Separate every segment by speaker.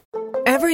Speaker 1: Every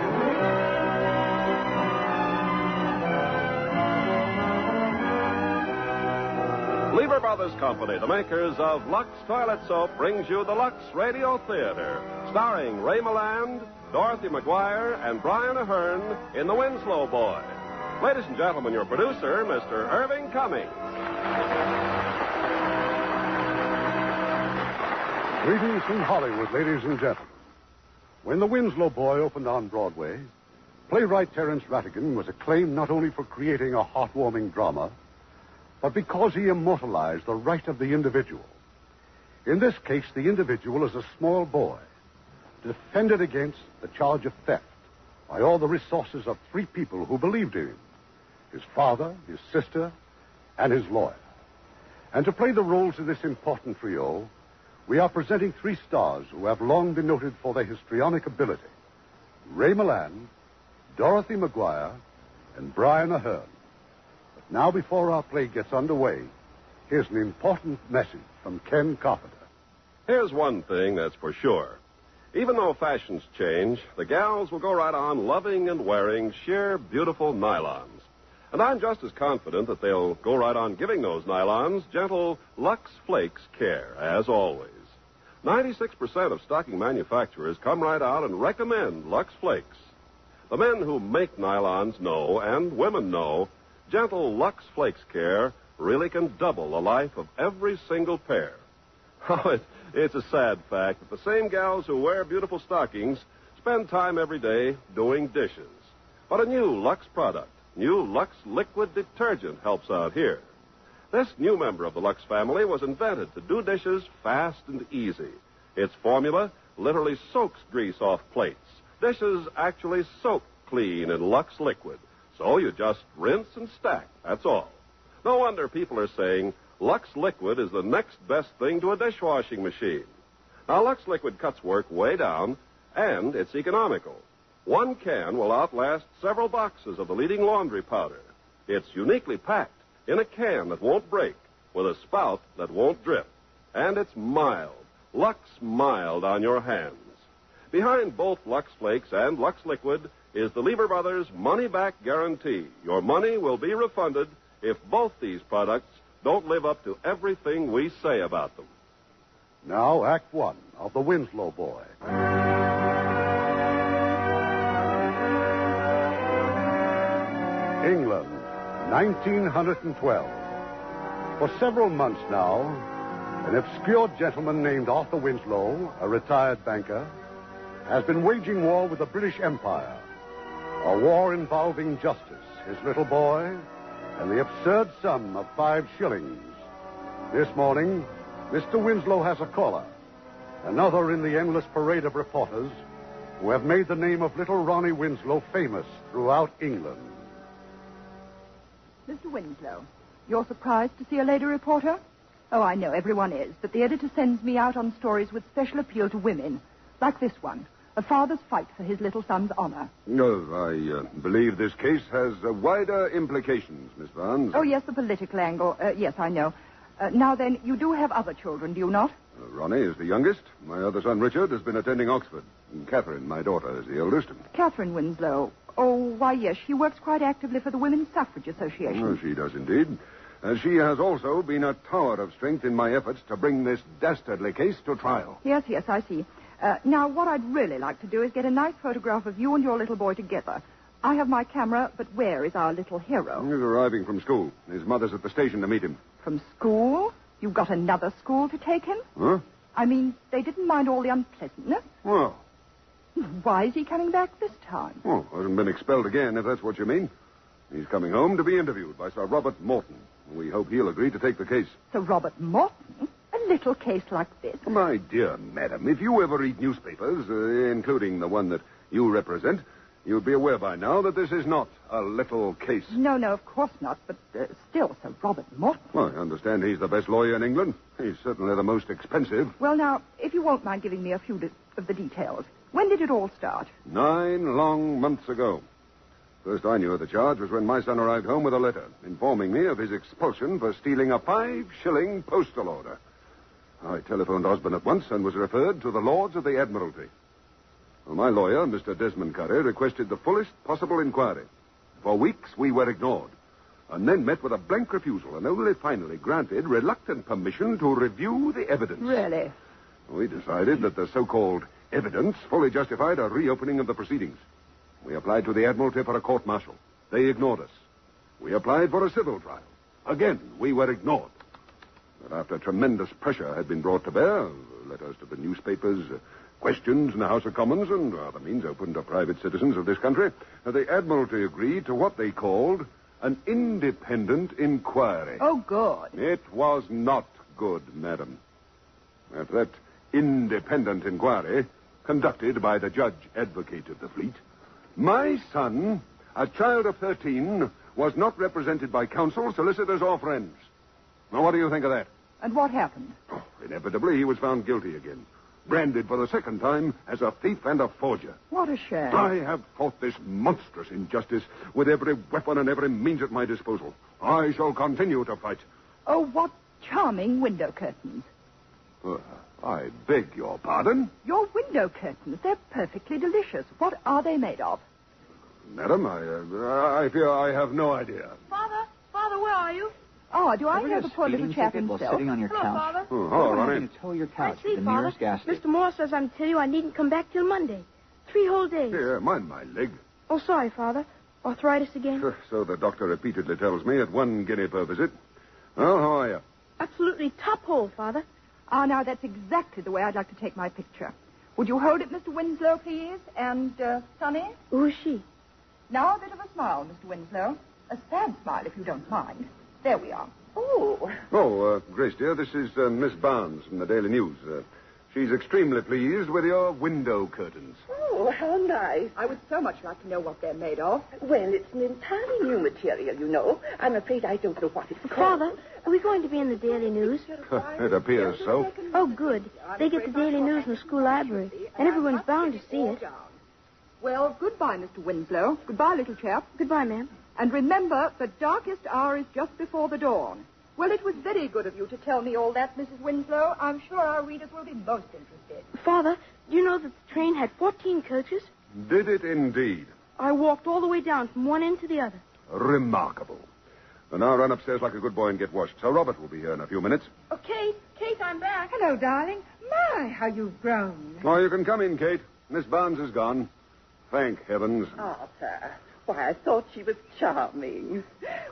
Speaker 2: Lever Brothers Company, the makers of Lux Toilet Soap, brings you the Lux Radio Theater, starring Ray Milland, Dorothy McGuire, and Brian Ahern in The Winslow Boy. Ladies and gentlemen, your producer, Mr. Irving Cummings.
Speaker 3: Greetings from Hollywood, ladies and gentlemen. When The Winslow Boy opened on Broadway, playwright Terence Rattigan was acclaimed not only for creating a heartwarming drama, but because he immortalized the right of the individual. In this case, the individual is a small boy, defended against the charge of theft by all the resources of three people who believed in him his father, his sister, and his lawyer. And to play the roles of this important trio, we are presenting three stars who have long been noted for their histrionic ability Ray Milland, Dorothy McGuire, and Brian Ahern. But now, before our play gets underway, here's an important message from Ken Carpenter.
Speaker 2: Here's one thing that's for sure. Even though fashions change, the gals will go right on loving and wearing sheer, beautiful nylons. And I'm just as confident that they'll go right on giving those nylons gentle Lux Flakes care, as always. 96% of stocking manufacturers come right out and recommend Lux Flakes. The men who make nylons know, and women know, gentle Lux Flakes care really can double the life of every single pair. Oh, it, it's a sad fact that the same gals who wear beautiful stockings spend time every day doing dishes. But a new Lux product, new Lux liquid detergent, helps out here. This new member of the Lux family was invented to do dishes fast and easy. Its formula literally soaks grease off plates. Dishes actually soak clean in Lux liquid. So you just rinse and stack, that's all. No wonder people are saying Lux Liquid is the next best thing to a dishwashing machine. Now, Lux Liquid cuts work way down, and it's economical. One can will outlast several boxes of the leading laundry powder. It's uniquely packed in a can that won't break, with a spout that won't drip. And it's mild, Lux mild on your hands. Behind both Lux Flakes and Lux Liquid is the Lever Brothers money back guarantee. Your money will be refunded if both these products don't live up to everything we say about them.
Speaker 3: Now, Act One of The Winslow Boy. England, 1912. For several months now, an obscure gentleman named Arthur Winslow, a retired banker, has been waging war with the British Empire. A war involving justice, his little boy, and the absurd sum of five shillings. This morning, Mr. Winslow has a caller, another in the endless parade of reporters who have made the name of little Ronnie Winslow famous throughout England.
Speaker 4: Mr. Winslow, you're surprised to see a lady reporter? Oh, I know everyone is, but the editor sends me out on stories with special appeal to women, like this one A Father's Fight for His Little Son's Honor.
Speaker 5: No, I uh, believe this case has uh, wider implications, Miss Barnes.
Speaker 4: Oh, yes, the political angle. Uh, yes, I know. Uh, now then, you do have other children, do you not?
Speaker 5: Uh, Ronnie is the youngest. My other son, Richard, has been attending Oxford. And Catherine, my daughter, is the eldest.
Speaker 4: Catherine Winslow. Oh, why, yes, she works quite actively for the Women's Suffrage Association.
Speaker 5: Oh, she does indeed. Uh, she has also been a tower of strength in my efforts to bring this dastardly case to trial.
Speaker 4: Yes, yes, I see. Uh, now, what I'd really like to do is get a nice photograph of you and your little boy together. I have my camera, but where is our little hero?
Speaker 5: He's arriving from school. His mother's at the station to meet him.
Speaker 4: From school? You've got another school to take him?
Speaker 5: Huh?
Speaker 4: I mean, they didn't mind all the unpleasantness.
Speaker 5: Well,
Speaker 4: Why is he coming back this time?
Speaker 5: well, hasn't been expelled again, if that's what you mean. He's coming home to be interviewed by Sir Robert Morton. We hope he'll agree to take the case.
Speaker 4: Sir Robert Morton? A little case like this.
Speaker 5: My dear madam, if you ever read newspapers, uh, including the one that you represent, you'd be aware by now that this is not a little case.
Speaker 4: No, no, of course not, but uh, still, Sir Robert Morton.
Speaker 5: Well, I understand he's the best lawyer in England. He's certainly the most expensive.
Speaker 4: Well, now, if you won't mind giving me a few de- of the details, when did it all start?
Speaker 5: Nine long months ago. First I knew of the charge was when my son arrived home with a letter informing me of his expulsion for stealing a five shilling postal order. I telephoned Osborne at once and was referred to the Lords of the Admiralty. Well, my lawyer, Mr. Desmond Curry, requested the fullest possible inquiry. For weeks we were ignored, and then met with a blank refusal, and only finally granted reluctant permission to review the evidence.
Speaker 4: Really?
Speaker 5: We decided that the so-called evidence fully justified a reopening of the proceedings. We applied to the Admiralty for a court martial. They ignored us. We applied for a civil trial. Again, we were ignored. But after tremendous pressure had been brought to bear, letters to the newspapers, uh, questions in the House of Commons, and other means open to private citizens of this country, uh, the Admiralty agreed to what they called an independent inquiry.
Speaker 4: Oh, good.
Speaker 5: It was not good, madam. At that independent inquiry, conducted by the judge advocate of the fleet, my son, a child of 13, was not represented by counsel, solicitors, or friends. Now, what do you think of that?
Speaker 4: And what happened?
Speaker 5: Oh, inevitably, he was found guilty again, branded for the second time as a thief and a forger.
Speaker 4: What a shame.
Speaker 5: I have fought this monstrous injustice with every weapon and every means at my disposal. I shall continue to fight.
Speaker 4: Oh, what charming window curtains.
Speaker 5: Uh, I beg your pardon?
Speaker 4: Your window curtains, they're perfectly delicious. What are they made of?
Speaker 5: Madam, I, uh, I fear I have no idea.
Speaker 6: Father, father, where are you?
Speaker 4: Ah, do I
Speaker 7: Ever
Speaker 4: know
Speaker 7: get
Speaker 4: the
Speaker 7: a
Speaker 4: poor little
Speaker 7: speeding
Speaker 4: chap
Speaker 7: ticket while
Speaker 4: himself?
Speaker 7: sitting on your
Speaker 6: Hello,
Speaker 7: couch?
Speaker 6: father.
Speaker 5: Oh, all
Speaker 7: What
Speaker 5: right.
Speaker 7: happened to tow your
Speaker 6: I
Speaker 7: couch to
Speaker 6: see,
Speaker 7: the
Speaker 6: father.
Speaker 7: nearest gas
Speaker 6: Mr.
Speaker 7: station?
Speaker 6: Moore says I'm to tell you I needn't come back till Monday. Three whole days.
Speaker 5: Here, mind my leg.
Speaker 6: Oh, sorry, father. Arthritis again?
Speaker 5: So the doctor repeatedly tells me at one guinea per visit. Well, how are you?
Speaker 6: Absolutely top hole, father.
Speaker 4: Ah, now that's exactly the way I'd like to take my picture. Would you hold it, Mr. Winslow, please? And, uh, Sonny?
Speaker 6: Who is she?
Speaker 4: Now a bit of a smile, Mr. Winslow. A sad smile, if you don't mind. There we are. Oh,
Speaker 5: Oh, uh, Grace, dear, this is uh, Miss Barnes from the Daily News. Uh, she's extremely pleased with your window curtains.
Speaker 8: Oh, how nice.
Speaker 4: I would so much like to know what they're made of.
Speaker 8: Well, it's an entirely new material, you know. I'm afraid I don't know what it's called.
Speaker 6: Father, are we going to be in the Daily News?
Speaker 5: it appears so.
Speaker 6: Oh, good. They get the Daily News in the school library, and everyone's bound to see it.
Speaker 4: Well, goodbye, Mr. Winslow. Goodbye, little chap.
Speaker 6: Goodbye, ma'am.
Speaker 4: And remember, the darkest hour is just before the dawn. Well, it was very good of you to tell me all that, Mrs. Winslow. I'm sure our readers will be most interested.
Speaker 6: Father, do you know that the train had 14 coaches?
Speaker 5: Did it indeed?
Speaker 6: I walked all the way down from one end to the other.
Speaker 5: Remarkable. And now run upstairs like a good boy and get washed. Sir Robert will be here in a few minutes.
Speaker 6: Oh, Kate, Kate, I'm back.
Speaker 4: Hello, darling. My, how you've grown.
Speaker 5: Oh, you can come in, Kate. Miss Barnes is gone. Thank heavens.
Speaker 8: Arthur. Ah, Why, I thought she was charming.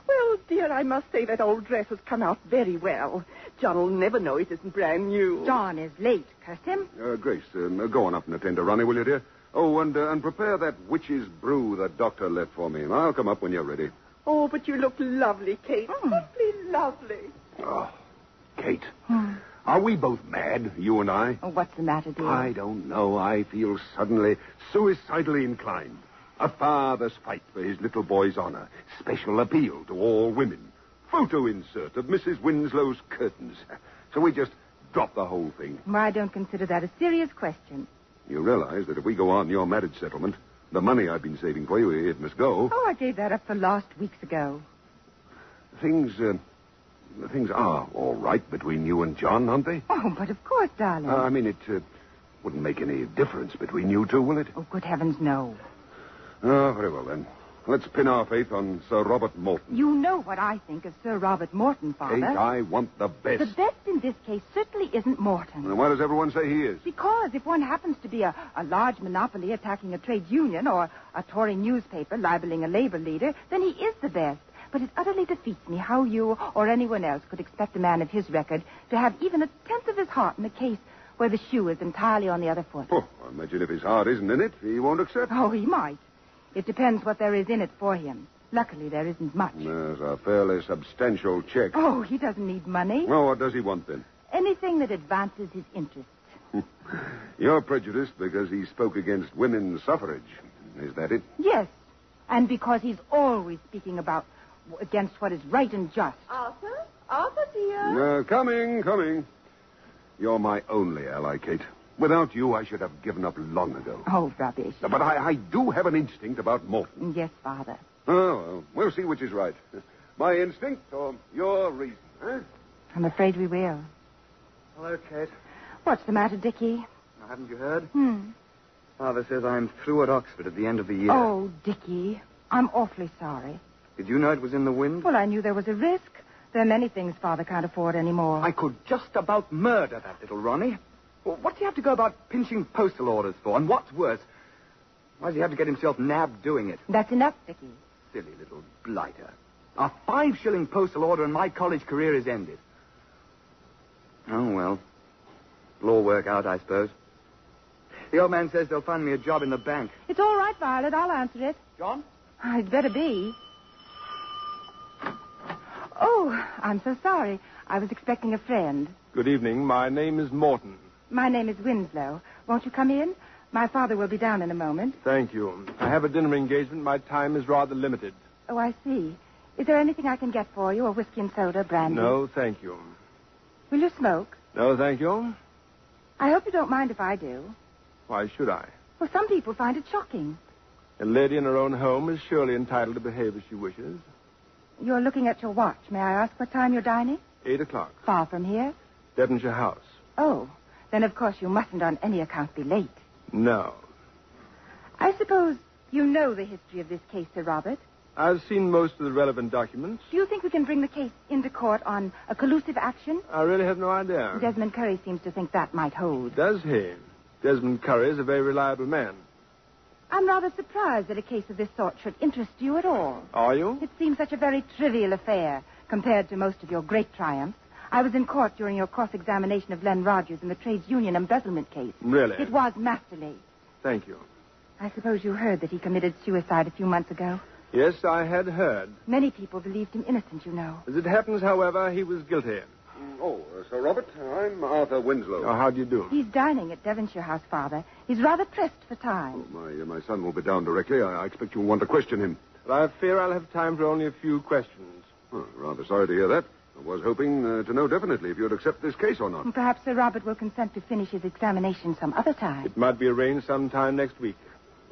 Speaker 8: Well, dear, I must say that old dress has come out very well. John'll never know it isn't brand new.
Speaker 4: Dawn is late, curse him.
Speaker 5: Uh, Grace, um, uh, go on up and attend to Ronnie, will you, dear? Oh, and, uh, and prepare that witch's brew the doctor left for me. I'll come up when you're ready.
Speaker 8: Oh, but you look lovely, Kate. Simply lovely.
Speaker 5: Oh, Kate, are we both mad, you and I?
Speaker 4: Hmm. Oh, what's the matter, dear?
Speaker 5: I don't know. I feel suddenly suicidally inclined. A father's fight for his little boy's honor. Special appeal to all women. Photo insert of Mrs. Winslow's curtains. So we just drop the whole thing.
Speaker 4: I don't consider that a serious question.
Speaker 5: You realize that if we go on your marriage settlement, the money I've been saving for you, it must go.
Speaker 4: Oh, I gave that up for last weeks ago.
Speaker 5: Things, uh, things are all right between you and John, aren't they?
Speaker 4: Oh, but of course, darling.
Speaker 5: Uh, I mean, it uh, wouldn't make any difference between you two, will it?
Speaker 4: oh, good heavens, no.
Speaker 5: Oh, very well then. Let's pin our faith on Sir Robert Morton.
Speaker 4: You know what I think of Sir Robert Morton, Father.
Speaker 5: Kate, I want the best.
Speaker 4: The best in this case certainly isn't Morton.
Speaker 5: Then why does everyone say he is?
Speaker 4: Because if one happens to be a, a large monopoly attacking a trade union or a Tory newspaper libeling a labor leader, then he is the best. But it utterly defeats me how you or anyone else could expect a man of his record to have even a tenth of his heart in a case
Speaker 9: where the shoe is entirely on the other foot.
Speaker 5: Oh, I imagine if his heart isn't in it, he won't accept.
Speaker 9: Oh, he might. It depends what there is in it for him. Luckily, there isn't much.
Speaker 5: There's a fairly substantial check.
Speaker 9: Oh, he doesn't need money.
Speaker 5: Well, what does he want then?
Speaker 9: Anything that advances his interests.
Speaker 5: You're prejudiced because he spoke against women's suffrage. Is that it?
Speaker 9: Yes, and because he's always speaking about against what is right and just.
Speaker 10: Arthur? Arthur, dear?
Speaker 5: Uh, coming, coming. You're my only ally, Kate. Without you, I should have given up long ago.
Speaker 9: Oh, rubbish.
Speaker 5: But I, I do have an instinct about Morton.
Speaker 9: Yes, Father.
Speaker 5: Oh, well, we'll see which is right. My instinct or your reason, huh?
Speaker 9: I'm afraid we will.
Speaker 7: Hello, Kate.
Speaker 9: What's the matter, Dickie?
Speaker 7: Haven't you heard?
Speaker 9: Hmm.
Speaker 7: Father says I'm through at Oxford at the end of the year.
Speaker 9: Oh, Dickie, I'm awfully sorry.
Speaker 7: Did you know it was in the wind?
Speaker 9: Well, I knew there was a risk. There are many things Father can't afford anymore.
Speaker 7: I could just about murder that little Ronnie. Well, what do you have to go about pinching postal orders for? And what's worse, why does he have to get himself nabbed doing it?
Speaker 9: That's enough, Dickie.
Speaker 7: Silly little blighter. A five shilling postal order and my college career is ended. Oh, well. It'll all work out, I suppose. The old man says they'll find me a job in the bank.
Speaker 9: It's all right, Violet. I'll answer it.
Speaker 7: John?
Speaker 9: I'd better be. Oh, I'm so sorry. I was expecting a friend.
Speaker 11: Good evening. My name is Morton.
Speaker 9: My name is Winslow. Won't you come in? My father will be down in a moment.
Speaker 11: Thank you. I have a dinner engagement. My time is rather limited.
Speaker 9: Oh, I see. Is there anything I can get for you? A whiskey and soda, brandy?
Speaker 11: No, thank you.
Speaker 9: Will you smoke?
Speaker 11: No, thank you.
Speaker 9: I hope you don't mind if I do.
Speaker 11: Why should I?
Speaker 9: Well, some people find it shocking.
Speaker 11: A lady in her own home is surely entitled to behave as she wishes.
Speaker 9: You're looking at your watch. May I ask what time you're dining?
Speaker 11: Eight o'clock.
Speaker 9: Far from here?
Speaker 11: Devonshire House.
Speaker 9: Oh, then of course you mustn't on any account be late.
Speaker 11: No.
Speaker 9: I suppose you know the history of this case, Sir Robert.
Speaker 11: I've seen most of the relevant documents.
Speaker 9: Do you think we can bring the case into court on a collusive action?
Speaker 11: I really have no idea.
Speaker 9: Desmond Curry seems to think that might hold.
Speaker 11: Uh. Does he? Desmond Curry is a very reliable man.
Speaker 9: I'm rather surprised that a case of this sort should interest you at all.
Speaker 11: Are you?
Speaker 9: It seems such a very trivial affair compared to most of your great triumphs. I was in court during your cross examination of Len Rogers in the trades union embezzlement case.
Speaker 11: Really?
Speaker 9: It was masterly.
Speaker 11: Thank you.
Speaker 9: I suppose you heard that he committed suicide a few months ago.
Speaker 11: Yes, I had heard.
Speaker 9: Many people believed him innocent, you know.
Speaker 11: As it happens, however, he was guilty.
Speaker 5: Oh, uh, Sir Robert, I'm Arthur Winslow.
Speaker 11: Oh, how do you do?
Speaker 9: He's dining at Devonshire House, Father. He's rather pressed for time.
Speaker 5: My, uh, my son will be down directly. I, I expect you'll want to question him.
Speaker 11: But I fear I'll have time for only a few questions.
Speaker 5: Well, Oh, rather sorry to hear that. I was hoping uh, to know definitely if you'd accept this case or not.
Speaker 9: And perhaps Sir Robert will consent to finish his examination some other time.
Speaker 11: It might be arranged sometime next week.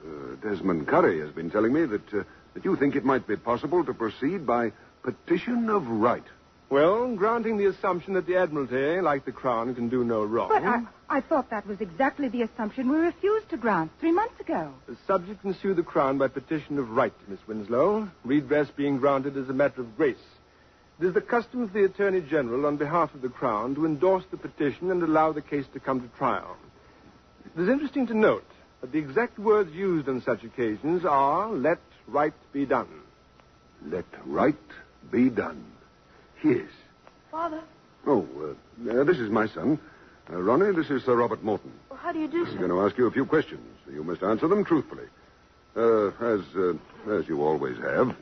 Speaker 5: Uh, Desmond Curry has been telling me that, uh, that you think it might be possible to proceed by petition of right.
Speaker 11: Well, granting the assumption that the Admiralty, like the Crown, can do no wrong.
Speaker 9: But I, I thought that was exactly the assumption we refused to grant three months ago.
Speaker 11: The subject can sue the Crown by petition of right, Miss Winslow, redress being granted as a matter of grace. It is the custom of the Attorney General, on behalf of the Crown, to endorse the petition and allow the case to come to trial. It is interesting to note that the exact words used on such occasions are, let right be done.
Speaker 5: Let right be done. Yes.
Speaker 10: Father.
Speaker 5: Oh, uh, uh, this is my son. Uh, Ronnie, this is Sir Robert Morton.
Speaker 10: Well, how do you do,
Speaker 5: I'm
Speaker 10: sir?
Speaker 5: going to ask you a few questions. You must answer them truthfully, uh, as uh, as you always have.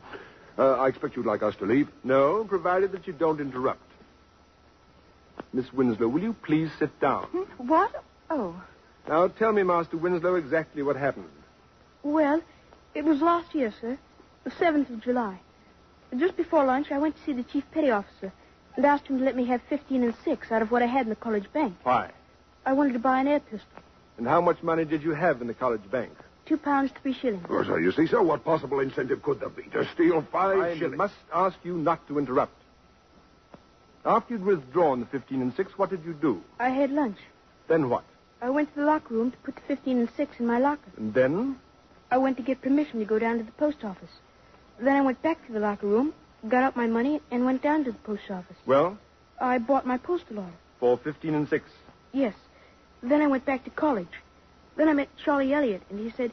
Speaker 5: Uh, I expect you'd like us to leave.
Speaker 11: No, provided that you don't interrupt. Miss Winslow, will you please sit down?
Speaker 9: Hmm? What? Oh,
Speaker 11: Now tell me, Master Winslow, exactly what happened.
Speaker 6: Well, it was last year, sir, the 7th of July. Just before lunch, I went to see the chief petty officer and asked him to let me have 15 and 6 out of what I had in the college bank.
Speaker 11: Why?
Speaker 6: I wanted to buy an air pistol.
Speaker 11: And how much money did you have in the college bank?
Speaker 6: Two pounds, three shillings.
Speaker 5: Oh, so you see, sir, what possible incentive could there be to steal five
Speaker 11: I
Speaker 5: shillings?
Speaker 11: must ask you not to interrupt. After you'd withdrawn the 15 and 6, what did you do?
Speaker 6: I had lunch.
Speaker 11: Then what?
Speaker 6: I went to the locker room to put the 15 and 6 in my locker.
Speaker 11: And then?
Speaker 6: I went to get permission to go down to the post office. Then I went back to the locker room, got out my money, and went down to the post office.
Speaker 11: Well,
Speaker 6: I bought my postal order.
Speaker 11: for 15 and 6.
Speaker 6: Yes. Then I went back to college. Then I met Charlie Elliott, and he said,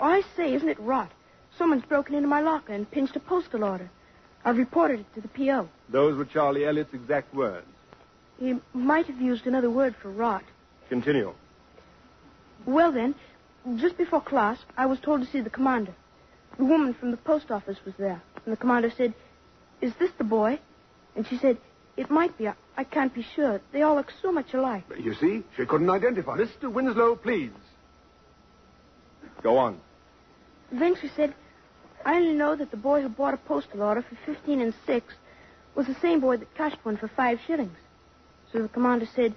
Speaker 6: I say, isn't it rot? Someone's broken into my locker and pinched a postal order. I've reported it to the P.O.
Speaker 11: Those were Charlie Elliot's exact words.
Speaker 6: He might have used another word for rot.
Speaker 11: Continue.
Speaker 6: Well, then, just before class, I was told to see the commander. The woman from the post office was there, and the commander said, Is this the boy? And she said, It might be. I, I can't be sure. They all look so much alike.
Speaker 5: You see, she couldn't identify.
Speaker 11: Mr. Winslow, please. Go on.
Speaker 6: Then she said, I only know that the boy who bought a postal order for 15 and 6 was the same boy that cashed one for five shillings. So the commander said,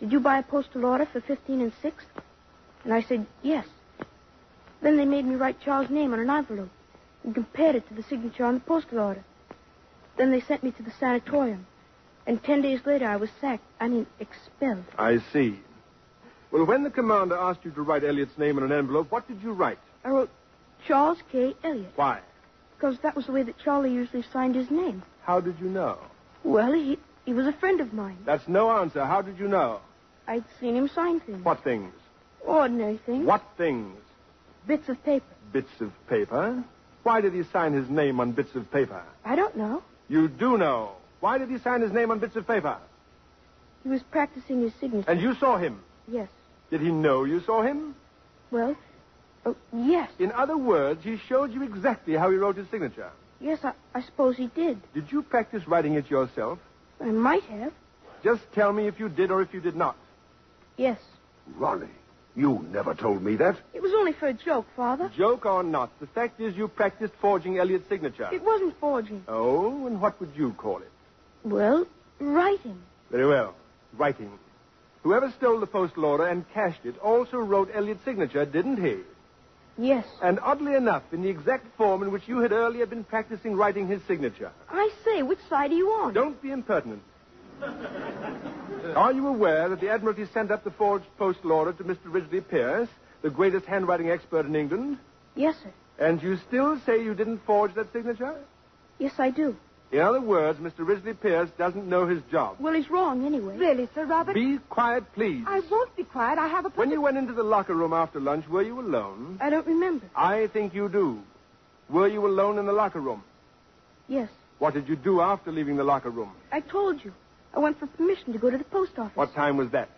Speaker 6: Did you buy a postal order for 15 and 6? And I said, Yes. Then they made me write Charles' name on an envelope and compared it to the signature on the postal order. Then they sent me to the sanatorium. And ten days later, I was sacked. I mean, expelled.
Speaker 11: I see. Well, when the commander asked you to write Elliot's name on an envelope, what did you write?
Speaker 6: I wrote Charles K. Elliot
Speaker 11: Why?
Speaker 6: because that was the way that Charlie usually signed his name.
Speaker 11: How did you know?
Speaker 6: Well, he, he was a friend of mine.
Speaker 11: That's no answer. How did you know?
Speaker 6: I'd seen him sign things.
Speaker 11: What things?
Speaker 6: Ordinary things.
Speaker 11: What things?
Speaker 6: Bits of paper.
Speaker 11: Bits of paper. Why did he sign his name on bits of paper?
Speaker 6: I don't know.
Speaker 11: You do know. Why did he sign his name on bits of paper?
Speaker 6: He was practicing his signature.
Speaker 11: And you saw him.
Speaker 6: Yes.
Speaker 11: Did he know you saw him?
Speaker 6: Well, oh, yes.
Speaker 11: In other words, he showed you exactly how he wrote his signature.
Speaker 6: Yes, I, I suppose he did. Um,
Speaker 11: Did you practice writing it yourself?
Speaker 6: I might have.
Speaker 11: Just tell me if you did or if you did not.
Speaker 6: Yes.
Speaker 5: Ronnie, you never told me that.
Speaker 6: It was only for a joke, Father.
Speaker 11: Joke or not, the fact is you practiced forging Elliot's signature.
Speaker 6: It wasn't forging.
Speaker 11: Oh, and what would you call it?
Speaker 6: Well, writing.
Speaker 11: Very well. Writing. Whoever stole the postal order and cashed it also wrote Elliot's signature, didn't he?
Speaker 6: Yes.
Speaker 11: And oddly enough, in the exact form in which you had earlier been practicing writing his signature.
Speaker 6: I say, which side are you on?
Speaker 11: Don't be impertinent. Are you aware that the Admiralty sent up the forged postal order to Mr. Ridgely Pierce, the greatest handwriting expert in England?
Speaker 6: Yes, sir.
Speaker 11: And you still say you didn't forge that signature?
Speaker 6: Yes, I do.
Speaker 11: In other words, Mr. Ridgely Pierce doesn't know his job.
Speaker 6: Well, he's wrong anyway.
Speaker 4: Really, Sir Robert?
Speaker 11: Be quiet, please.
Speaker 4: I won't be quiet. I have a.
Speaker 11: When you went into the locker room after lunch, were you alone?
Speaker 6: I don't remember.
Speaker 11: I think you do. Were you alone in the locker room?
Speaker 6: Yes.
Speaker 11: What did you do after leaving the locker room?
Speaker 6: I told you. I went for permission to go to the post office.
Speaker 11: What time was that?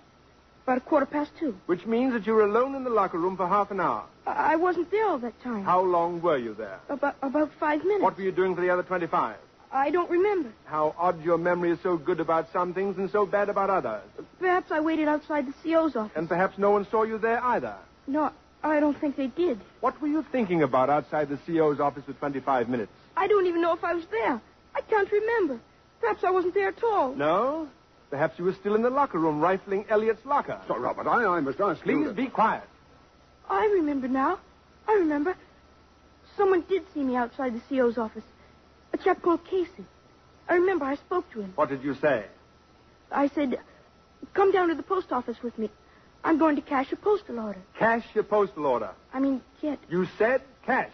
Speaker 6: About a quarter past two.
Speaker 11: Which means that you were alone in the locker room for half an hour.
Speaker 6: I, I wasn't there all that time.
Speaker 11: How long were you there?
Speaker 6: About, about five minutes.
Speaker 11: What were you doing for the other 25?
Speaker 6: I don't remember.
Speaker 11: How odd your memory is so good about some things and so bad about others.
Speaker 6: Perhaps I waited outside the CO's office.
Speaker 11: And perhaps no one saw you there either.
Speaker 6: No, I don't think they did.
Speaker 11: What were you thinking about outside the CO's office for 25 minutes?
Speaker 6: I don't even know if I was there. I can't remember. Perhaps I wasn't there at all.
Speaker 11: No? Perhaps you were still in the locker room rifling Elliot's locker.
Speaker 5: Sir Robert, I, I must ask you.
Speaker 11: Please
Speaker 5: that-
Speaker 11: be quiet.
Speaker 6: I remember now. I remember. Someone did see me outside the CO's office. A chap called Casey. I remember I spoke to him.
Speaker 11: What did you say?
Speaker 6: I said, Come down to the post office with me. I'm going to cash a postal order.
Speaker 11: Cash your postal order.
Speaker 6: I mean, get.
Speaker 11: You said cash.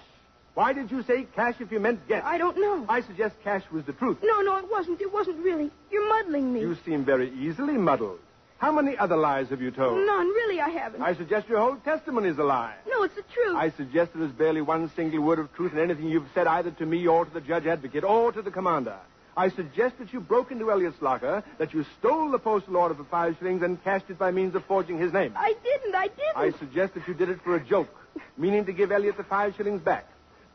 Speaker 11: Why did you say cash if you meant get?
Speaker 6: I don't know.
Speaker 11: I suggest cash was the truth.
Speaker 6: No, no, it wasn't. It wasn't really. You're muddling me.
Speaker 11: You seem very easily muddled. How many other lies have you told?
Speaker 6: None, really, Oh. I haven't.
Speaker 11: I suggest your whole testimony is a lie.
Speaker 6: No, it's the truth.
Speaker 11: I suggest there is barely one single word of truth in anything you've said either to me or to the judge advocate or to the commander. I suggest that you broke into Elliot's locker, that you stole the postal order for five shillings and cashed it by means of forging his name.
Speaker 6: I didn't. I didn't.
Speaker 11: I suggest that you did it for a joke, meaning to give Elliot the five shillings back.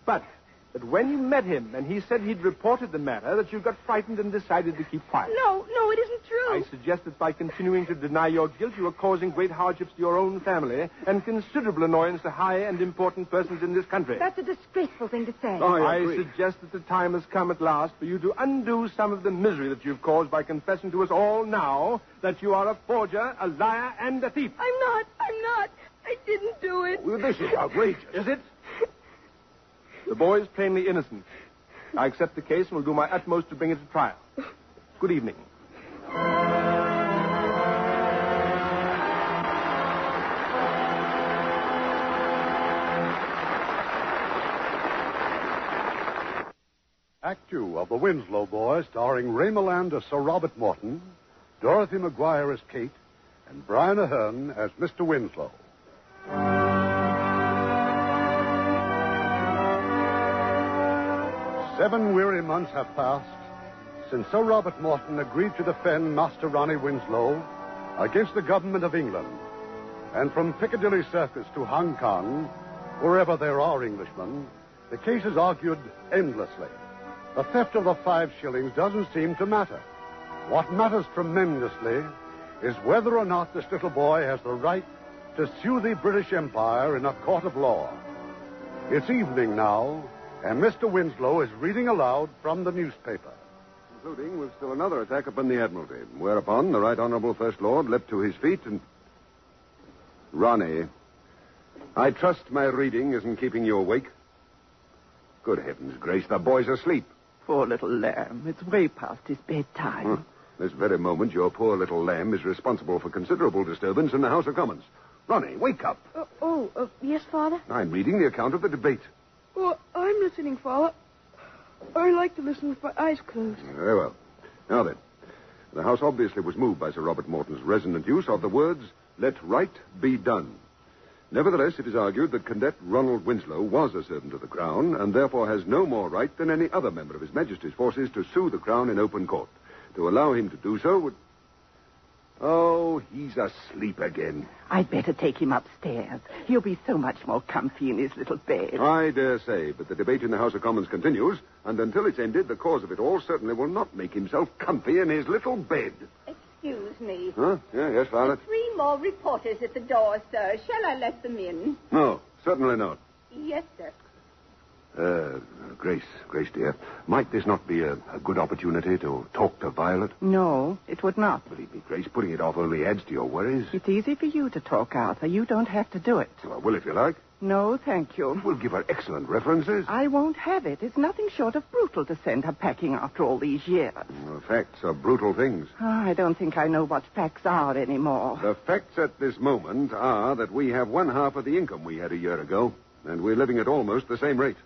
Speaker 11: But that when you met him and he said he'd reported the matter, that you got frightened and decided to keep quiet.
Speaker 6: No, no, it isn't true.
Speaker 11: I suggest that by continuing to deny your guilt, you are causing great hardships to your own family and considerable annoyance to high and important persons in this country.
Speaker 4: That's a disgraceful thing to say.
Speaker 9: Oh,
Speaker 11: I suggest that the time has come at last for you to undo some of the misery that you've caused by confessing to us all now that you are a forger, a liar, and a thief.
Speaker 6: I'm not. I'm not. I didn't do it.
Speaker 5: Well, this is outrageous.
Speaker 11: Is it? The boy is plainly innocent. I accept the case and will do my utmost to bring it to trial. Good evening.
Speaker 3: Act two of The Winslow Boy, starring Ray Milland as Sir Robert Morton, Dorothy McGuire as Kate, and Brian Ahern as Mr. Winslow. Seven weary months have passed since Sir Robert Morton agreed to defend Master Ronnie Winslow against the government of England. And from Piccadilly Circus to Hong Kong, wherever there are Englishmen, the case is argued endlessly. The theft of the five shillings doesn't seem to matter. What matters tremendously is whether or not this little boy has the right to sue the British Empire in a court of law. It's evening now, and Mr. Winslow is reading aloud from the newspaper.
Speaker 5: Concluding with still another attack upon the Admiralty, whereupon the Right Honorable First Lord leapt to his feet and. Ronnie, I trust my reading isn't keeping you awake. Good heavens, Grace, the boy's asleep.
Speaker 8: Poor little lamb. It's way past his bedtime.
Speaker 5: Hmm. This very moment, your poor little lamb is responsible for considerable disturbance in the House of Commons. Ronnie, wake up.
Speaker 6: Oh, oh uh, yes, Father?
Speaker 5: I'm reading the account of the debate.
Speaker 6: Well, I'm listening, Father. I like to listen with my eyes closed.
Speaker 5: Very well. Now then, the House obviously was moved by Sir Robert Morton's resonant use of the words, let right be done. Nevertheless, it is argued that Cadet Ronald Winslow was a servant of the Crown, and therefore has no more right than any other member of His Majesty's forces to sue the Crown in open court. To allow him to do so would. Oh, he's asleep again.
Speaker 8: I'd better take him upstairs. He'll be so much more comfy in his little bed.
Speaker 5: I dare say, but the debate in the House of Commons continues, and until it's ended, the cause of it all certainly will not make himself comfy in his little bed.
Speaker 10: Excuse me.
Speaker 5: Huh? Yeah, yes, Violet?
Speaker 10: Three more reporters at the door, sir. Shall I let them in?
Speaker 5: No, certainly not.
Speaker 10: Yes, sir.
Speaker 5: Uh, Grace, Grace, dear, might this not be a, a good opportunity to talk to Violet?
Speaker 8: No, it would not.
Speaker 5: Believe me, Grace, putting it off only adds to your worries.
Speaker 8: It's easy for you to talk, Arthur. You don't have to do it.
Speaker 5: Well, will if you like.
Speaker 8: No, thank you.
Speaker 5: We'll give her excellent references.
Speaker 8: I won't have it. It's nothing short of brutal to send her packing after all these years.
Speaker 5: Well, facts are brutal things.
Speaker 8: Ah, I don't think I know what facts are anymore.
Speaker 5: The facts at this moment are that we have one half of the income we had a year ago, and we're living at almost the same rate.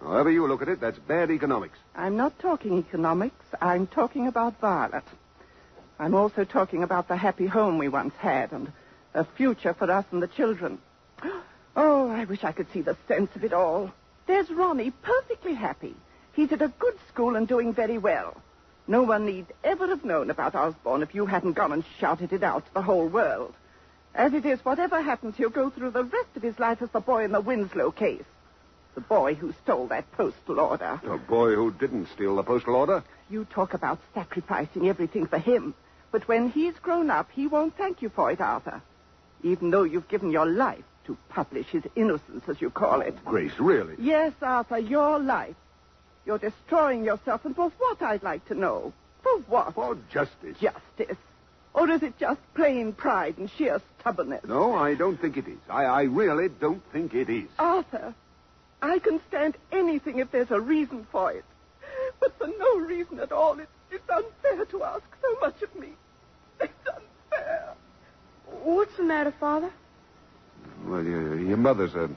Speaker 5: However you look at it, that's bad economics.
Speaker 8: I'm not talking economics. I'm talking about Violet. I'm also talking about the happy home we once had and a future for us and the children. Oh, I wish I could see the sense of it all. There's Ronnie, perfectly happy. He's at a good school and doing very well. No one need ever have known about Osborne if you hadn't gone and shouted it out to the whole world. As it is, whatever happens, he'll go through the rest of his life as the boy in the Winslow case. The boy who stole that postal order.
Speaker 5: A boy who didn't steal the postal order?
Speaker 8: You talk about sacrificing everything for him, but when he's grown up, he won't thank you for it, Arthur. Even though you've given your life to publish his innocence, as you call it.
Speaker 5: Grace, really?
Speaker 8: Yes, Arthur, your life. You're destroying yourself, and for what, I'd like to know. For what?
Speaker 5: For justice.
Speaker 8: Justice. Or is it just plain pride and sheer stubbornness?
Speaker 5: No, I don't think it is. I, I really don't think it is.
Speaker 8: Arthur, I can stand anything if there's a reason for it. But for no reason at all, it, it's unfair to ask so much of me. It's unfair.
Speaker 6: What's the matter, Father?
Speaker 5: Well, your, your mother's a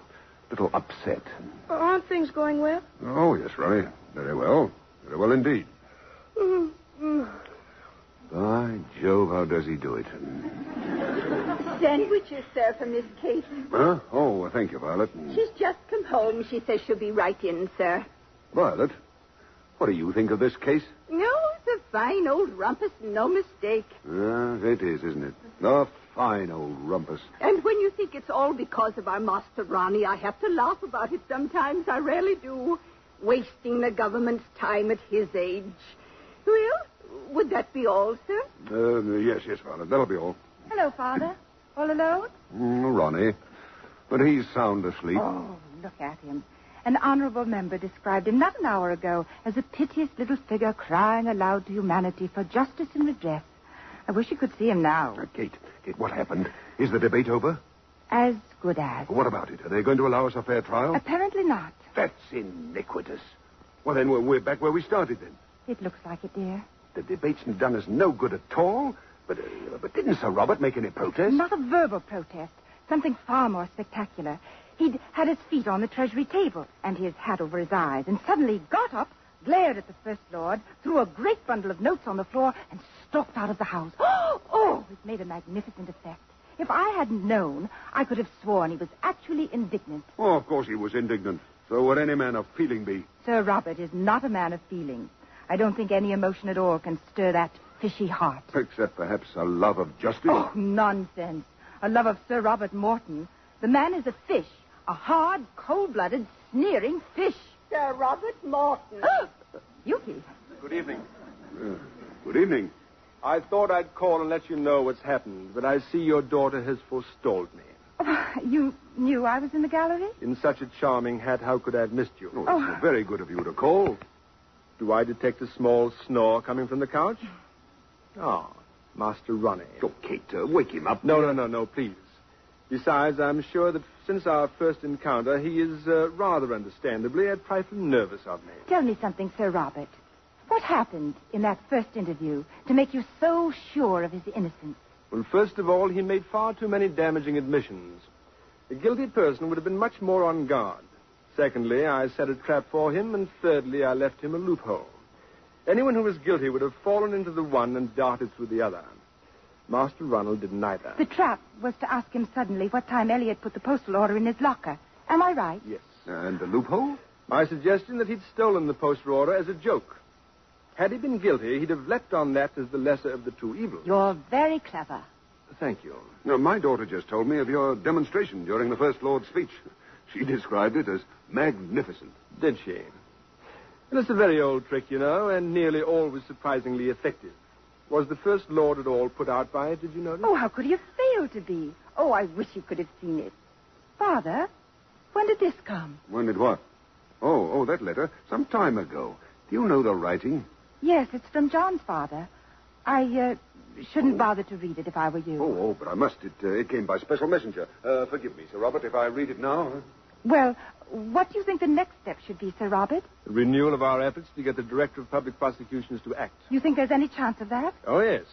Speaker 5: little upset.
Speaker 6: Aren't things going well?
Speaker 5: Oh, yes, Ronnie. Very well. Very well indeed.
Speaker 6: Mm-hmm.
Speaker 5: By Jove, how does he do it?
Speaker 10: Sandwiches, sir, for Miss Kate.
Speaker 5: Huh? Oh, well, thank you, Violet.
Speaker 10: She's just come home. She says she'll be right in, sir.
Speaker 5: Violet, what do you think of this case?
Speaker 10: No, it's a fine old rumpus, no mistake.
Speaker 5: Ah, it is, isn't it? A fine old rumpus.
Speaker 10: And when you think it's all because of our master Ronnie, I have to laugh about it sometimes. I really do. Wasting the government's time at his age. Well, would that be all, sir?
Speaker 5: Uh, yes, yes, Violet. That'll be all.
Speaker 6: Hello, Father. All alone?
Speaker 5: Mm, Ronnie. But he's sound asleep.
Speaker 12: Oh, look at him. An honorable member described him not an hour ago as a piteous little figure crying aloud to humanity for justice and redress. I wish you could see him now.
Speaker 5: Uh, Kate, Kate, what happened? Is the debate over?
Speaker 12: As good as.
Speaker 5: What about it? Are they going to allow us a fair trial?
Speaker 12: Apparently not.
Speaker 5: That's iniquitous. Well, then we're, we're back where we started then.
Speaker 12: It looks like it, dear.
Speaker 5: The debate's done us no good at all. But, uh, but didn't Sir Robert make any protest?
Speaker 12: Not a verbal protest. Something far more spectacular. He'd had his feet on the Treasury table and his hat over his eyes, and suddenly he got up, glared at the First Lord, threw a great bundle of notes on the floor, and stalked out of the house. Oh, it made a magnificent effect. If I hadn't known, I could have sworn he was actually indignant.
Speaker 5: Oh, of course he was indignant. So would any man of feeling be.
Speaker 12: Sir Robert is not a man of feeling. I don't think any emotion at all can stir that
Speaker 9: fishy heart.
Speaker 5: Except perhaps a love of justice.
Speaker 9: Oh, nonsense. A love of Sir Robert Morton. The man is a fish, a hard, cold blooded, sneering fish.
Speaker 10: Sir Robert Morton.
Speaker 9: Oh, Yuki.
Speaker 11: Good evening. Uh,
Speaker 5: Good evening.
Speaker 11: I thought I'd call and let you know what's happened, but I see your daughter has forestalled me.
Speaker 9: You knew I was in the gallery?
Speaker 11: In such a charming hat, how could I have missed you?
Speaker 9: Oh.
Speaker 11: very good of you to call. Do I detect a small snore coming from the couch?
Speaker 3: Oh.
Speaker 11: Ah, Master Ronnie.
Speaker 5: Oh, Cato, wake him up.
Speaker 11: No, no, no, no, please. Besides, I'm sure that since our first encounter, he is uh, rather understandably a trifle nervous of me.
Speaker 9: Tell me something, Sir Robert. What happened in that first interview to make you so sure of his innocence?
Speaker 11: Well, first of all, he made far too many damaging admissions. A guilty person would have been much more on guard. Secondly, I set a trap for him, and thirdly, I left him a loophole. Anyone who was guilty would have fallen into the one and darted through the other. Master Ronald did neither.
Speaker 9: The trap was to ask him suddenly what time Elliot put the postal order in his locker. Am I right?
Speaker 11: Yes.
Speaker 5: And the loophole?
Speaker 11: My suggestion that he'd stolen the postal order as a joke. Had he been guilty, he'd have leapt on that as the lesser of the two evils.
Speaker 9: You're very clever.
Speaker 11: Thank you.
Speaker 5: Now, my daughter just told me of your demonstration during the First Lord's speech. She described it as magnificent.
Speaker 11: Did she? Well, it's a very old trick, you know, and nearly always surprisingly effective. Was the First Lord at all put out by it, did you notice?
Speaker 9: Oh, how could he have failed to be? Oh, I wish you could have seen it. Father, when did this come?
Speaker 5: When did what? Oh, oh, that letter. Some time ago. Do you know the writing?
Speaker 9: Yes, it's from John's father. I uh,
Speaker 11: Oh.
Speaker 9: shouldn't bother to read it if I were you.
Speaker 5: Oh, oh, but I must. It, uh, it came by special messenger. Uh, forgive me, Sir Robert, if I read it now.
Speaker 9: Well, what do you think the next step should be, Sir Robert?
Speaker 11: The renewal of our efforts to get the Director of Public Prosecutions to act.
Speaker 9: You think there's any chance of that?
Speaker 11: Oh, yes.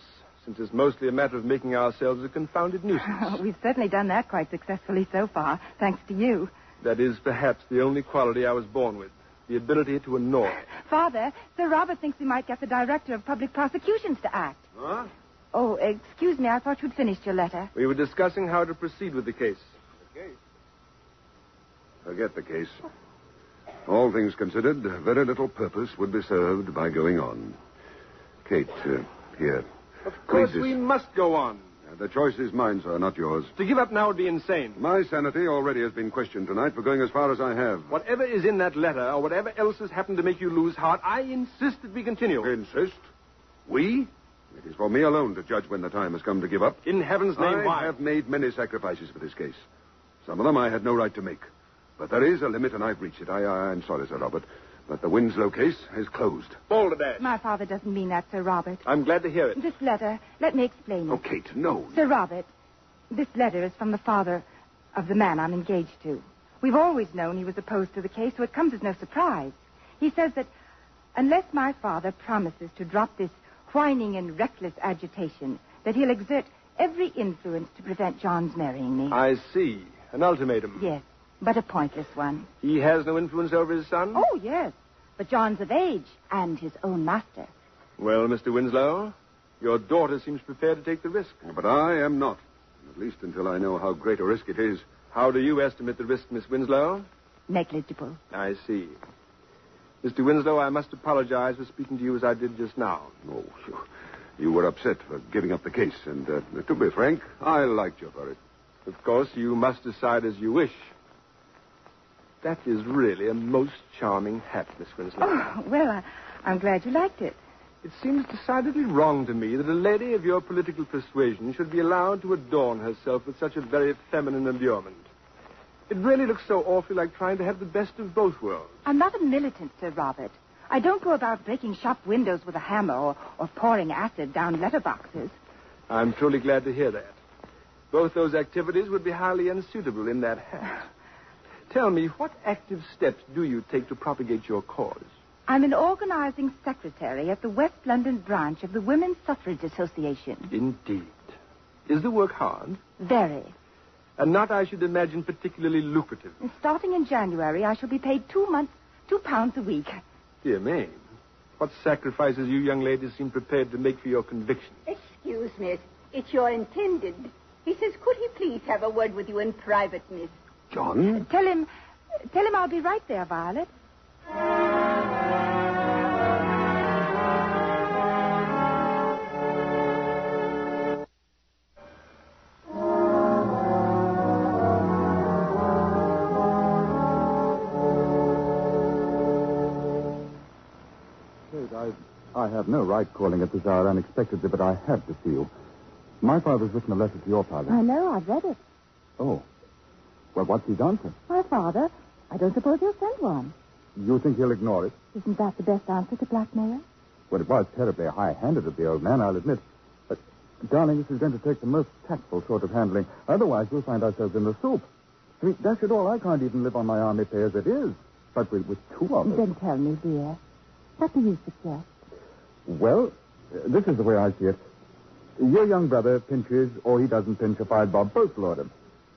Speaker 11: Since it's mostly a matter of making ourselves a confounded nuisance.
Speaker 9: We've certainly done that quite successfully so far, thanks to you.
Speaker 11: that is perhaps the only quality I was born with the ability to annoy.
Speaker 9: Father, Sir Robert thinks we might get the Director of Public Prosecutions to act.
Speaker 11: Huh?
Speaker 9: Oh, excuse me, I thought you'd finished your letter.
Speaker 11: We were discussing how to proceed with the case.
Speaker 5: Forget the case. All things considered, very little purpose would be served by going on. Kate, uh, here.
Speaker 11: Of course,
Speaker 5: Please,
Speaker 11: we
Speaker 5: this- Uh,
Speaker 11: must go on.
Speaker 5: The choice is mine, sir, not yours.
Speaker 11: To give up now would be insane.
Speaker 5: My sanity already has been questioned tonight for going as far as I have.
Speaker 11: Whatever is in that letter, or whatever else has happened to make you lose heart, I insist that we continue.
Speaker 5: Insist? We? It is for me alone to judge when the time has come to give up.
Speaker 11: In heaven's name,
Speaker 5: I
Speaker 11: why?
Speaker 5: have made many sacrifices for this case. Some of them I had no right to make. But there is a limit, and I've reached it. I, I, am sorry, Sir Robert. But the Winslow case is closed.
Speaker 11: Balderdash.
Speaker 9: My father doesn't mean that, Sir Robert.
Speaker 11: I'm glad to hear it.
Speaker 9: This letter, let me explain it.
Speaker 5: Oh, Kate, no.
Speaker 9: Sir Robert, this letter is from the father of the man I'm engaged to. We've always known he was opposed to the case, so it comes as no surprise. He says that unless my father promises to drop this whining and reckless agitation, that he'll exert every influence to prevent John's marrying me.
Speaker 11: I see. An ultimatum.
Speaker 9: Yes, but a pointless one.
Speaker 11: He has no influence over his son?
Speaker 9: Oh, yes, but John's of age and his own master.
Speaker 11: Well, Mr. Winslow, your daughter seems prepared to take the risk.
Speaker 5: But I am not. At least until I know how great a risk it is.
Speaker 11: How do you estimate the risk, Miss Winslow?
Speaker 9: Negligible.
Speaker 11: I see. Mr. Winslow, I must apologize for speaking to you as I did just now.
Speaker 5: Oh, you, you were upset for giving up the case, and uh, to be frank, I liked you for it.
Speaker 11: Of course, you must decide as you wish. That is really a most charming hat, Miss Winslow.
Speaker 9: Oh, well, I, I'm glad you liked it.
Speaker 11: It seems decidedly wrong to me that a lady of your political persuasion should be allowed to adorn herself with such a very feminine allurement. It really looks so awfully like trying to have the best of both worlds.
Speaker 9: I'm not a militant, Sir Robert. I don't go about breaking shop windows with a hammer or, or pouring acid down letterboxes.
Speaker 11: I'm truly glad to hear that. Both those activities would be highly unsuitable in that hat. Tell me, what active steps do you take to propagate your cause?
Speaker 9: I'm an organizing secretary at the West London branch of the Women's Suffrage Association.
Speaker 11: Indeed. Is the work hard?
Speaker 9: Very.
Speaker 11: And not, I should imagine, particularly lucrative.
Speaker 9: And starting in January, I shall be paid two months, two pounds a week.
Speaker 11: Dear me. What sacrifices you young ladies seem prepared to make for your conviction.
Speaker 10: Excuse, miss. It's your intended. He says, could he please have a word with you in private, miss?
Speaker 5: John?
Speaker 9: Tell him, tell him I'll be right there, Violet.
Speaker 13: I, I have no right calling at this hour unexpectedly, but I have to see you. My father's written a letter to your father.
Speaker 9: I know, I've read it.
Speaker 13: Oh. Well, what's his answer?
Speaker 9: My father, I don't suppose he'll send one.
Speaker 13: You think he'll ignore it?
Speaker 9: Isn't that the best answer to blackmail?
Speaker 13: Well, it was terribly high-handed of the old man, I'll admit. But, darling, this is going to take the most tactful sort of handling. Otherwise, we'll find ourselves in the soup. I mean, dash it all, I can't even live on my army pay as it is. But with, with two of us...
Speaker 9: Then tell me, dear, what do you suggest?
Speaker 13: Well, uh, this is the way I see it. Your young brother pinches, or he doesn't pinch a five bob both lord him.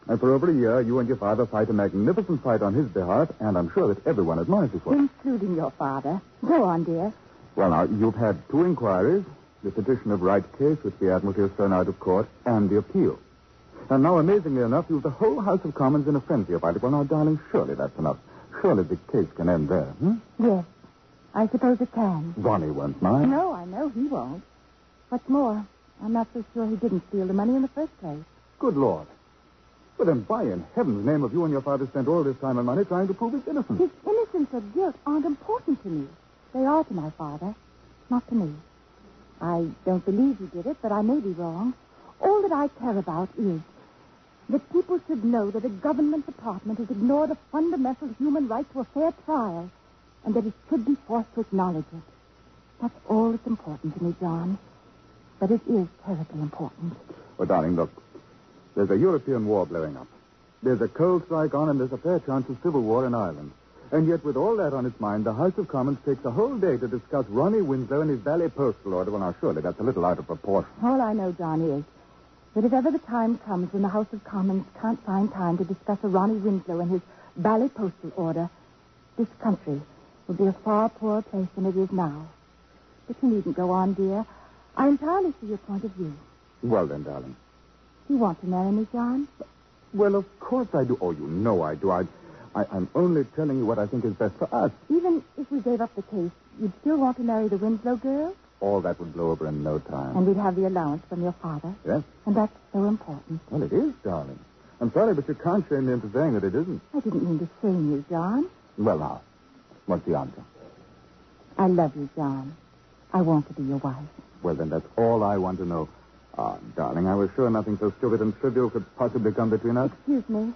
Speaker 13: And for over a year, you and your father fight a magnificent fight on his behalf, and I'm sure that everyone admires you for it.
Speaker 9: Including your father. Go on, dear.
Speaker 13: Well, now, you've had two inquiries the petition of right case, which the Admiralty has thrown out of court, and the appeal. And now, amazingly enough, you've the whole House of Commons in a frenzy about it. Well, now, darling, surely that's enough. Surely the case can end there. Hmm?
Speaker 9: Yes, I suppose it can.
Speaker 13: Ronnie won't mind.
Speaker 9: No, I know he won't. What's more, I'm not so sure he didn't steal the money in the first place.
Speaker 13: Good Lord. Well, then why in heaven's name have you and your father spent all this time and money trying to prove his innocence?
Speaker 9: His innocence or guilt aren't important to me. They are to my father, not to me. I don't believe he did it, but I may be wrong. All that I care about is that people should know that a government department has ignored a fundamental human right to a fair trial and that it should be forced to acknowledge it. That's all that's important to me, John. But it is terribly important.
Speaker 13: Well, darling, look. There's a European war blowing up. There's a coal strike on, and there's a fair chance of civil war in Ireland. And yet, with all that on its mind, the House of Commons takes a whole day to discuss Ronnie Winslow and his Valley Postal Order. Well, now, surely that's a little out of proportion.
Speaker 9: All I know, John, is that if ever the time comes when the House of Commons can't find time to discuss a Ronnie Winslow and his Valley Postal Order, this country will be a far poorer place than it is now. But you needn't go on, dear. I entirely see your point of view.
Speaker 13: Well, then, darling.
Speaker 9: You want to marry me, John?
Speaker 13: Well, of course I do. Oh, you know I do. I, I, I'm only telling you what I think is best for us.
Speaker 9: Even if we gave up the case, you'd still want to marry the Winslow girl?
Speaker 13: All that would blow over in no time.
Speaker 9: And we'd have the allowance from your father?
Speaker 13: Yes?
Speaker 9: And that's so important.
Speaker 13: Well, it is, darling. I'm sorry, but you can't shame me into saying that it isn't.
Speaker 9: I didn't mean to shame you, John.
Speaker 13: Well, now, what's the answer?
Speaker 9: I love you, John. I want to be your wife.
Speaker 13: Well, then, that's all I want to know. Ah, darling, I was sure nothing so stupid and trivial could possibly come between us.
Speaker 9: Excuse me.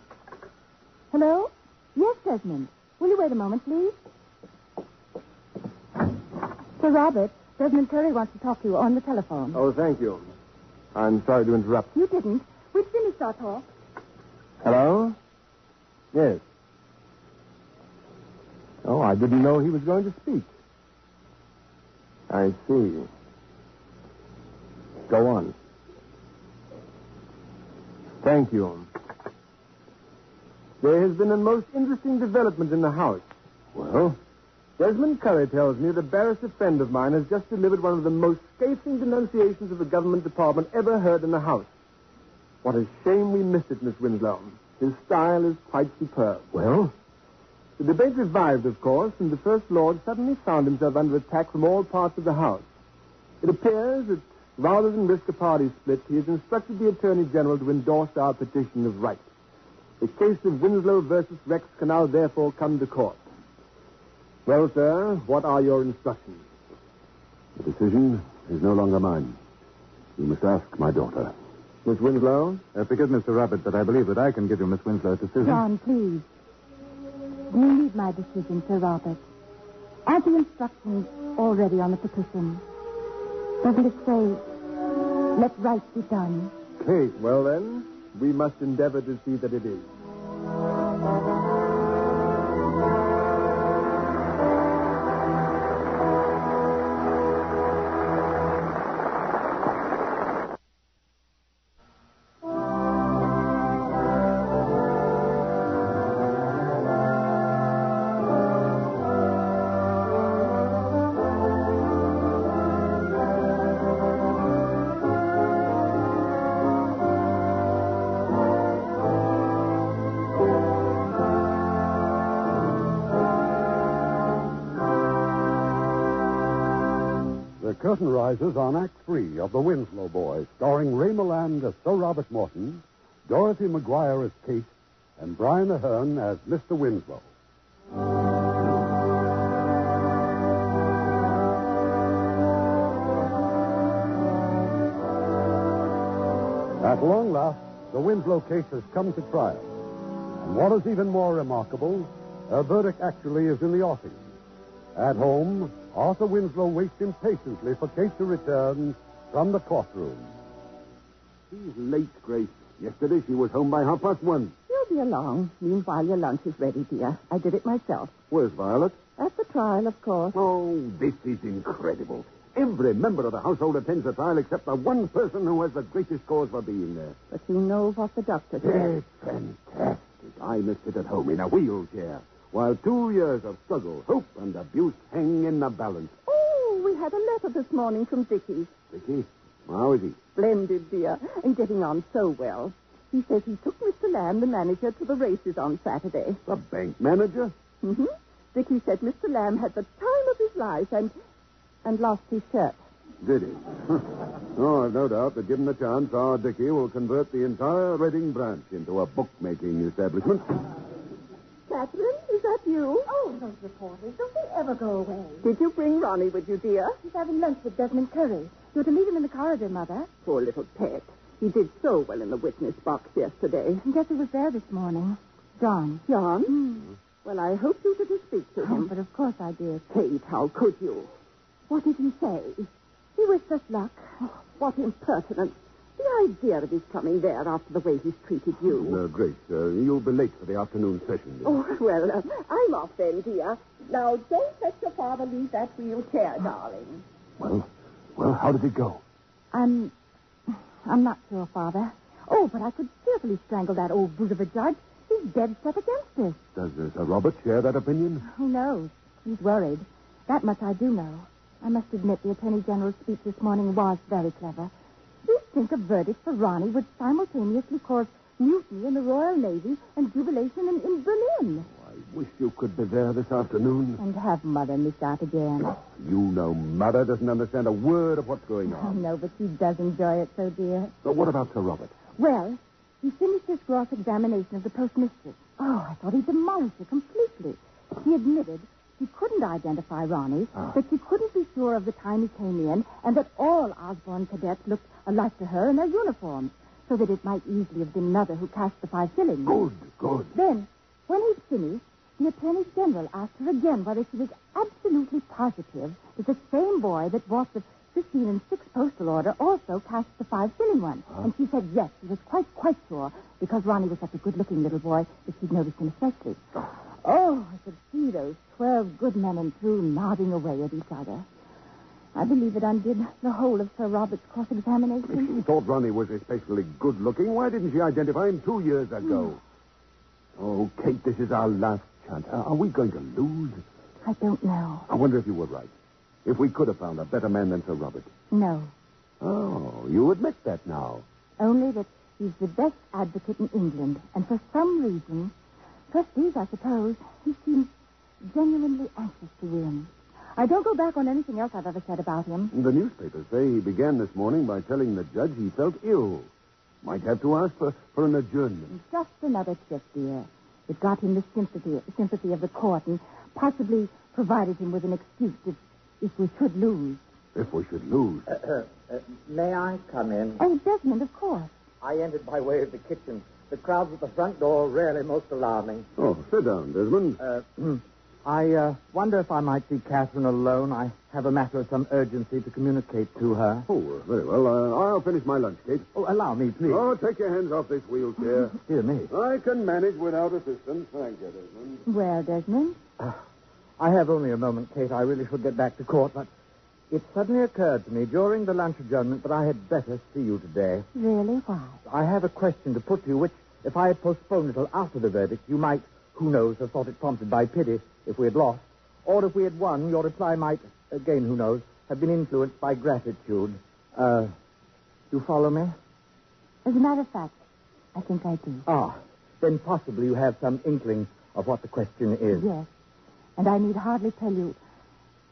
Speaker 9: Hello? Yes, Desmond. Will you wait a moment, please? Sir Robert, Desmond Curry wants to talk to you on the telephone.
Speaker 11: Oh, thank you. I'm sorry to interrupt.
Speaker 9: You didn't. We've finished our talk.
Speaker 11: Hello? Yes. Oh, I didn't know he was going to speak. I see. Go on. Thank you. There has been a most interesting development in the house.
Speaker 13: Well?
Speaker 11: Desmond Curry tells me that a barrister friend of mine has just delivered one of the most scathing denunciations of a government department ever heard in the house. What a shame we missed it, Miss Winslow. His style is quite superb.
Speaker 13: Well?
Speaker 11: The debate revived, of course, and the First Lord suddenly found himself under attack from all parts of the House. It appears that rather than risk a party split, he has instructed the Attorney General to endorse our petition of right. The case of Winslow versus Rex can now therefore come to court. Well, sir, what are your instructions?
Speaker 5: The decision is no longer mine. You must ask my daughter.
Speaker 11: Miss Winslow?
Speaker 13: Uh, forgive Mr. Robert, but I believe that I can give you Miss Winslow's
Speaker 10: Mm-hmm.
Speaker 13: decision.
Speaker 9: John, please. Do you need my decision, Sir Robert? Are the instructions already on the petition? Doesn't it say, let right be done?
Speaker 11: Case. Well, then, we must endeavor to see that it is.
Speaker 3: The curtain rises on Act Three of The Winslow Boys, starring Ray Milland as Sir Robert Morton, Dorothy McGuire as Kate, and Brian Ahern as Mr. Winslow. At long last, the Winslow case has come to trial. And what is even more remarkable, a verdict actually is in the offing. At home, Arthur Winslow waits impatiently for Kate to return from the courtroom.
Speaker 5: She's late, Grace. Yesterday she was home by half past one.
Speaker 10: You'll be along. Meanwhile, your lunch is ready, dear. I did it myself.
Speaker 5: Where's Violet?
Speaker 10: At the trial, of course.
Speaker 5: Oh, this is incredible. Every member of the household attends the trial except the one person who has the greatest cause for being there.
Speaker 10: But you know what the doctor
Speaker 5: Yes,
Speaker 10: said.
Speaker 5: fantastic. I must sit at home in a wheelchair while two years of struggle, hope, and abuse hang in the balance.
Speaker 10: Oh, we had a letter this morning from Dickie.
Speaker 5: Vicky, how is he?
Speaker 10: Splendid, dear, and getting on so well. He says he took Mr. Lamb, the manager, to the races on Saturday.
Speaker 5: The bank manager?
Speaker 10: Mm-hmm. Dickie said Mr. Lamb had the time of his life and and lost his shirt.
Speaker 5: Did he? oh, I've no doubt that given the chance, our Dicky will convert the entire Reading branch into a bookmaking establishment. Uh,
Speaker 10: Catherine, is that you?
Speaker 9: Oh, those reporters. Don't they ever go away?
Speaker 10: Did you bring Ronnie with you, dear?
Speaker 9: He's having lunch with Desmond Curry. You're to meet him in the corridor, Mother.
Speaker 10: Poor little pet. He did so well in the witness box yesterday.
Speaker 9: And guess who was there this morning? John. Hmm.
Speaker 10: John? Well, I hope you didn't speak to
Speaker 9: Oh,
Speaker 10: him.
Speaker 9: but of course I did.
Speaker 10: Kate, how could you?
Speaker 9: What did he say? He was such luck.
Speaker 10: Oh, What impertinence. The idea of his coming there after the way he's treated you.
Speaker 5: No, Grace, uh, you'll be late for the afternoon session. dear.
Speaker 10: Oh, well, uh, I'm off then, dear. Now, don't let your father leave that wheelchair, darling.
Speaker 5: Well, well, how did it go?
Speaker 9: I'm. I'm not sure, Father. Oh, but I could cheerfully strangle that old brute of a judge. He's dead set against us.
Speaker 5: Does uh, Sir Robert share that opinion?
Speaker 9: Who knows? He's worried. That much I do know. I must admit the Attorney General's speech this morning was very clever. Do you think a verdict for Ronnie would simultaneously cause mutiny in the Royal Navy and jubilation in, in Berlin?
Speaker 5: Wish you could be there this afternoon.
Speaker 9: And have Mother miss out again.
Speaker 5: You know, Mother doesn't understand a word of what's going
Speaker 9: I
Speaker 5: on.
Speaker 9: know, but she does enjoy it so, dear.
Speaker 5: But what about Sir Robert?
Speaker 9: Well, he finished his cross-examination of the postmistress. Oh, I thought he demolished her completely. He admitted he couldn't identify Ronnie,
Speaker 5: Ah.
Speaker 9: that she couldn't be sure of the time he came in, and that all Osborne cadets looked alike to her in their uniforms, so that it might easily have been another who cashed the five shillings.
Speaker 5: Good, good.
Speaker 9: Then, when he finished, the Attorney General asked her again whether she was absolutely positive that the same boy that bought the 15 and 6 postal order also cashed the 5 shilling one. And she said yes, she was quite, quite sure, because Ronnie was such a good looking little boy that she'd noticed him especially. Oh, I could see those 12 good men in blue nodding away at each other. I believe it undid the whole of Sir Robert's cross
Speaker 5: If
Speaker 9: examination.
Speaker 5: she thought Ronnie was especially good looking, why didn't she identify him two years ago? Oh, Kate, this is our last chance. Uh, Are are we going to lose?
Speaker 9: I don't know.
Speaker 5: I wonder if you were right. If we could have found a better man than Sir Robert.
Speaker 9: No.
Speaker 5: Oh, you admit that now.
Speaker 9: Only that he's the best advocate in England, and for some reason, trustees, I suppose, he seems genuinely anxious to win. I don't go back on anything else I've ever said about him.
Speaker 5: The newspapers say he began this morning by telling the judge he felt ill. Might have to ask for, for an adjournment.
Speaker 9: Just another trick, dear. It got him the sympathy, sympathy of the court and possibly provided him with an excuse if, if we should lose.
Speaker 5: If we should lose.
Speaker 14: Uh, may I come in?
Speaker 9: Oh, Desmond, of course.
Speaker 14: I entered by way of the kitchen. The crowds at the front door are really most alarming.
Speaker 5: Oh, sit down, Desmond.
Speaker 14: Uh, I uh, wonder if I might see Catherine alone. I have a matter of some urgency to communicate to her.
Speaker 5: Oh, very well. Uh, I'll finish my lunch, Kate.
Speaker 14: Oh, allow me, please.
Speaker 5: Oh, take your hands off this wheelchair.
Speaker 14: Dear me.
Speaker 5: I can manage without assistance. Thank you, Desmond.
Speaker 9: Well, Desmond,
Speaker 14: Uh, I have only a moment, Kate. I really should get back to court, but it suddenly occurred to me during the lunch adjournment that I had better see you today.
Speaker 9: really, why?
Speaker 14: I have a question to put to you, which, if I had postponed it till after the verdict, you might, who knows, have thought it prompted by pity if we had lost. Or if we had won, your reply might, again, who knows, have been influenced by gratitude. Uh, you follow me?
Speaker 9: As a matter of fact, I think I do.
Speaker 14: Ah, then possibly you have some inkling of what the question is.
Speaker 9: Yes. And I need hardly tell you